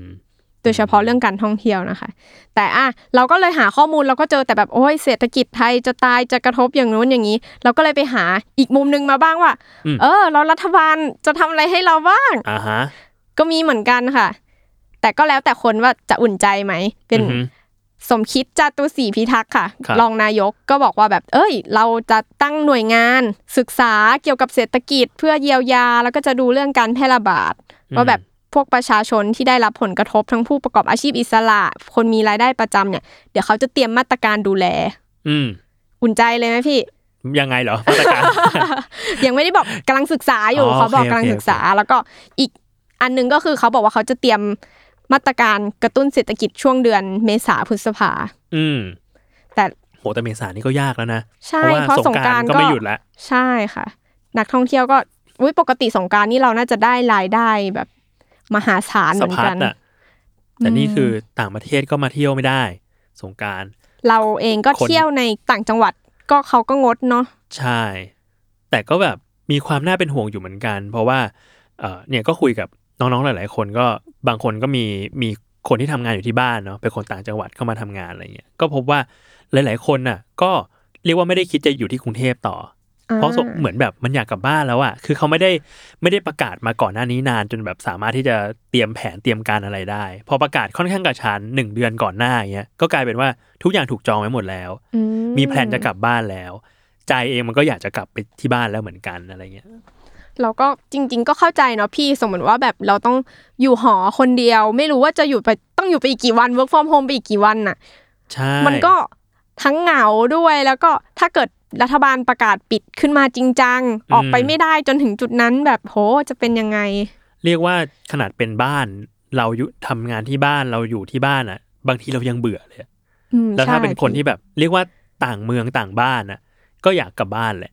Speaker 7: โดยเฉพาะเรื่องการท่องเที่ยวนะคะ แต่อ่ะเราก็เลยหาข้อมูลเราก็เจอแต่แบบโอ้ยเศรษฐกิจไทยจะตายจะกระทบอย่างนู้นอย่างนี้ เราก็เลยไปหาอีกมุมนึงมาบ้างว่า เออ เรารัฐบาลจะทำอะไรให้เราบ้าง
Speaker 2: อ่าฮะ
Speaker 7: ก็มีเหมือนกันค่ะ แต่ก็แล้วแต่คนว่าจะอุ่นใจไหมเป็น
Speaker 2: อือฮึ
Speaker 7: สมคิดจาตุศรีพิทักษ์ค่ะ
Speaker 2: ครับ
Speaker 7: รองนายกก็บอกว่าแบบ เอ้ย เราจะตั้งหน่วยงาน ศึกษาเกี่ยวกับเศรษฐกิจเพื่อเยียวยา แล้วก็จะดูเรื่องการแพร่ระบาดว่าแบบพวกประชาชนที่ได้รับผลกระทบทั้งผู้ประกอบอาชีพอิสระ คนมีรายได้ประจำเนี่ย เดี๋ยวเขาจะเตรียมมาตรการดูแล
Speaker 2: อืม
Speaker 7: อุ่นใจเลยไหมพี่
Speaker 2: ยังไงเหรอมาตร การ
Speaker 7: ยังไม่ได้บอกกำลังศึกษาอยู่
Speaker 2: อ๋อ
Speaker 7: เขาบอก
Speaker 2: โอเค
Speaker 7: กำลัง
Speaker 2: โอเค
Speaker 7: ศึกษา แล้วก็อีกอันหนึงก็คือเขาบอกว่าเขาจะเตรียมมาตรการกระตุ้นเศรษฐกิจช่วงเดือนเมษาพฤษภา
Speaker 2: อืม
Speaker 7: แต่
Speaker 2: โหแต่เมษานี่ก็ยากแล้วนะ
Speaker 7: ใช่
Speaker 2: เพราะว่า
Speaker 7: เพราะ
Speaker 2: ส
Speaker 7: ส
Speaker 2: ง
Speaker 7: ง
Speaker 2: กราร
Speaker 7: การ ร
Speaker 2: ก็
Speaker 7: ก็
Speaker 2: ไม่หยุดละ
Speaker 7: ใช่ค่ะ นักท่องเที่ยวก็อุยปกติสงกรารนี่เราน่าจะได้รายได้แบบ มหาศาลเห
Speaker 2: สะ
Speaker 7: มือน
Speaker 2: พั
Speaker 7: กั
Speaker 2: ด
Speaker 7: น
Speaker 2: อ่ะแต่นี่
Speaker 7: อืม
Speaker 2: คือต่างประเทศก็มาเที่ยวไม่ได้ สงกราร
Speaker 7: เราเองก็
Speaker 2: คน
Speaker 7: เที่ยวในต่างจังหวัดก็เขาก็งดเนาะ
Speaker 2: ใช่ แต่ก็แบบมีความน่าเป็นห่วงอยู่เหมือนกัน เพราะว่าเออเนี่ยก็คุยกับน้องๆหลาย ๆ คนก็บางคนก็มีมีคนที่ทำงานอยู่ที่บ้านเนาะเป็นคนต่างจังหวัดเข้ามาทำงานอะไรเงี้ยก็พบว่าหลาย ๆ คนน่ะ ก็เรียกว่าไม่ได้คิดจะอยู่ที่กรุงเทพต่ออเพราะส
Speaker 7: อ่
Speaker 2: เหมือนแบบมันอยากกลับบ้านแล้วอะคือเขาไม่ได้ไม่ได้ประกาศมาก่อนหน้านี้นานจนแบบสามารถที่จะเตรียมแผนเตรียมการอะไรได้ พอประกาศค่อนข้างกระชั้นหนึ่งเดือนก่อนหน้าอย่างเงี้ยก็กลายเป็นว่าทุกอย่างถูกจองไว้หมดแล้ว
Speaker 7: อื
Speaker 2: มีแพลนจะกลับบ้านแล้ว ใจเองมันก็อยากจะกลับไปที่บ้านแล้วเหมือนกันอะไรเงี้ย
Speaker 7: เราก็จริง ๆ ก็เข้าใจเนาะพี่สมมติว่าแบบเราต้องอยู่หอคนเดียว ไม่รู้ว่าจะอยู่ไปต้องอยู่ไปอีกกี่วัน work from home ไปอีกกี่วันน่ะ
Speaker 2: ใช่
Speaker 7: มันก็ทั้งเหงาด้วยแล้วก็ถ้าเกิดรัฐบาลประกาศปิดขึ้นมาจริงจังออกไปไม่ได้จนถึงจุดนั้นแบบโหจะเป็นยังไง
Speaker 2: เรียกว่าขนาดเป็นบ้านเราอยู่ทำงานที่บ้านเราอยู่ที่บ้านอ่ะ บางทีเรายังเบื่อเลยอะ
Speaker 7: อืม
Speaker 2: แล้วถ้า
Speaker 7: ใช่
Speaker 2: เป็นคน
Speaker 7: พี่
Speaker 2: ที่แบบ เรียกว่าต่างเมืองต่างบ้านอ่ะ ก็อยากกลับบ้านแหละ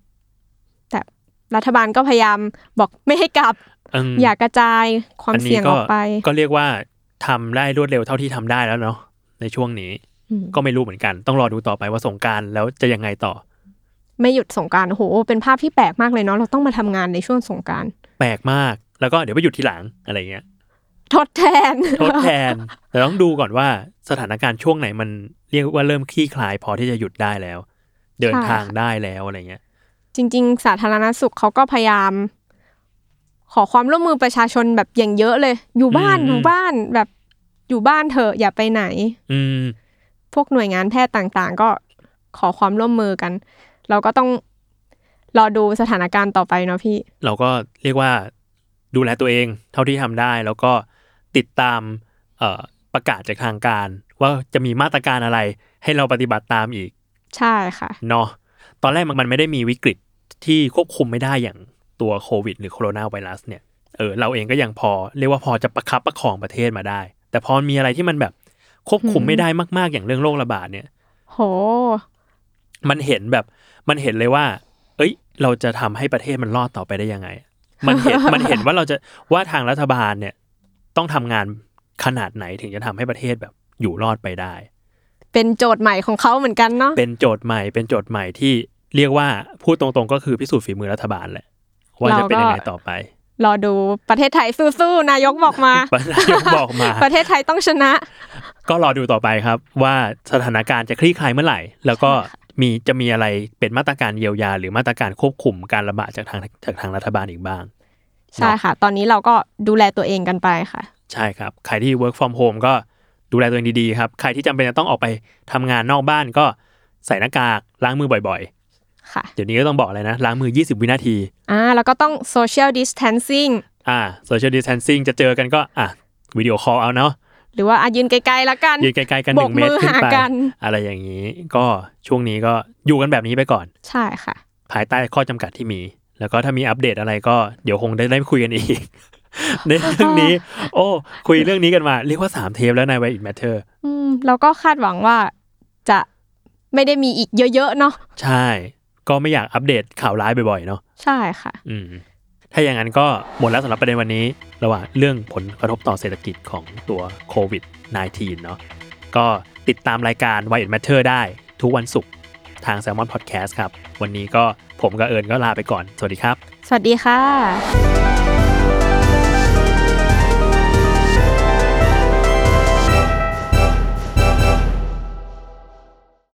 Speaker 7: รัฐบาลก็พยายามบอกไม่ให้กลับ
Speaker 2: เอิ่ม
Speaker 7: อย่ากระจายความเสี่ยงออกไป
Speaker 2: ก็เรียกว่าทำได้รวดเร็วเท่าที่ทำได้แล้วเนาะในช่วงนี้
Speaker 7: อืม
Speaker 2: ก็ไม่รู้เหมือนกัน ต้องรอดูต่อไปว่าสงกรารแล้วจะยังไงต่อ
Speaker 7: ไม่หยุดสงกรารโหเป็นภาพที่แปลกมากเลยเนาะเราต้องมาทำงานในช่วงสงกราร
Speaker 2: แปลกมาก แล้วก็เดี๋ยวไปหยุดทีหลังอะไรเงี้ย
Speaker 7: ทดแทน
Speaker 2: ทดแทน แต่ต้องดูก่อนว่าสถานการณ์ช่วงไหนมันเรียกว่าเริ่มคลี่คลายพอที่จะหยุดได้แล้ว เดิน
Speaker 7: ใช่
Speaker 2: ทางได้แล้วอะไรเงี้ย
Speaker 7: จริง ๆ สาธารณสุขเขาก็พยายาม ขอความร่วมมือประชาชนแบบอย่างเยอะเลย อยู่บ้าน
Speaker 2: อืม
Speaker 7: อยู่บ้านแบบอยู่บ้านเถอะอย่าไปไหน
Speaker 2: อืม
Speaker 7: พวกหน่วยงานแพทย์ต่างๆ ก็ขอความร่วมมือกัน เราก็ต้องรอดูสถานการณ์ต่อไปเนาะพี่
Speaker 2: เราก็เรียกว่าดูแลตัวเองเท่าที่ทำได้ แล้วก็ติดตามเอ่อประกาศจากทางการ ว่าจะมีมาตรการอะไรให้เราปฏิบัติตามอีก
Speaker 7: ใช่ค่ะ
Speaker 2: เนาะตอนแรกมันมันไม่ได้มีวิกฤตที่ควบคุมไม่ได้อย่างตัวโควิด หรือโคโรนาไวรัสเนี่ยเออเราเองก็ยังพอ เรียกว่าพอจะประคับประคองประเทศมาได้ แต่พอมีอะไรที่มันแบบควบคุม
Speaker 7: อืม
Speaker 2: ไม่ได้มาก ๆ อย่างเรื่องโรคระบาดเนี่ย
Speaker 7: โห
Speaker 2: มันเห็นแบบมันเห็นเลยว่า เอ้ย เราจะทำให้ประเทศมันรอดต่อไปได้ยังไง มันเห็น มันเห็นว่าเราจะว่าทางรัฐบาลเนี่ย ต้องทำงานขนาดไหนถึงจะทำให้ประเทศแบบอยู่รอดไปได้
Speaker 7: เป็นโจทย์ใหม่ของเขาเหมือนกันเนาะ
Speaker 2: เป็นโจทย์ใหม่ เป็นโจทย์ใหม่ที่เรียกว่าพูดตรงๆก็คือพิสูจน์ฝีมือรัฐบาลแหละ ว่าจะเป็นยังไงต่อไป
Speaker 7: รอดูประเทศไทยสู้ๆนายกบอกมา
Speaker 2: นายก บอกมา
Speaker 7: ประเทศไทยต้องชนะ
Speaker 2: ก็รอดูต่อไปครับ ว่าสถานการณ์จะคลี่คลายเมื่อไหร่ แล้วก็มีจะมีอะไรเป็นมาตรการเยียวยา หรือมาตรการควบคุมการระบาดจากทางจากทางรัฐบาลอีกบ้าง
Speaker 7: ใช่ค่ะ ตอนนี้เราก็ดูแลตัวเองกันไปค่ะ
Speaker 2: ใช่ครับ ใครที่ work from home ก็ดูแลตัวเองดีๆครับ ใครที่จำเป็นจะต้องออกไปทำงานนอกบ้านก็ใส่หน้ากากล้างมือบ่อย
Speaker 7: ค่ะ
Speaker 2: ๆ เดี๋ยวนี้ก็ต้องบอกอะไรนะล้างมือ 20 วินาที
Speaker 7: อ่าแล้วก็ต้อง social distancing
Speaker 2: อ่า social distancing จะเจอกันก็อ่ะวิดีโอคอลเอาเนาะ
Speaker 7: หรือว่าอายืนไกลๆแล้วกัน
Speaker 2: ยืนไกลๆกันห
Speaker 7: โบ
Speaker 2: นึ่
Speaker 7: ก
Speaker 2: งเมตร
Speaker 7: มือ
Speaker 2: ขึ้นไป
Speaker 7: หากัน
Speaker 2: อะไรอย่างนี้ ก็ช่วงนี้ก็อยู่กันแบบนี้ไปก่อน
Speaker 7: ใช่ค่ะ
Speaker 2: ภายใต้ข้อจำกัดที่มี แล้วก็ถ้ามีอัปเดตอะไรก็เดี๋ยวคงได้ได้คุยกันอีก ในเรื่องนี้ โอ้ คุยเรื่องนี้กันมา เรียกว่าสามเทปแล้วในไวอินแมทเทอร์
Speaker 7: อืมเราก็คาดหวังว่าจะไม่ได้มีอีกเยอะๆเนาะ
Speaker 2: ใช่ ก็ไม่อยากอัปเดตข่าวร้ายบ่อยๆเนาะ
Speaker 7: ใช่ค่ะ
Speaker 2: อืม ถ้าอย่างนั้นก็หมดแล้วสำหรับประเด็นวันนี้ ระหว่างเรื่องผลกระทบต่อเศรษฐกิจของตัวโควิด -19 เนาะก็ติดตามรายการ Why It Matter ได้ทุกวันศุกร์ทาง Salmon Podcast ครับ วันนี้ก็ผมกับเอิญก็ลาไปก่อน สวัสดีครับ
Speaker 7: สวัสดีค่ะ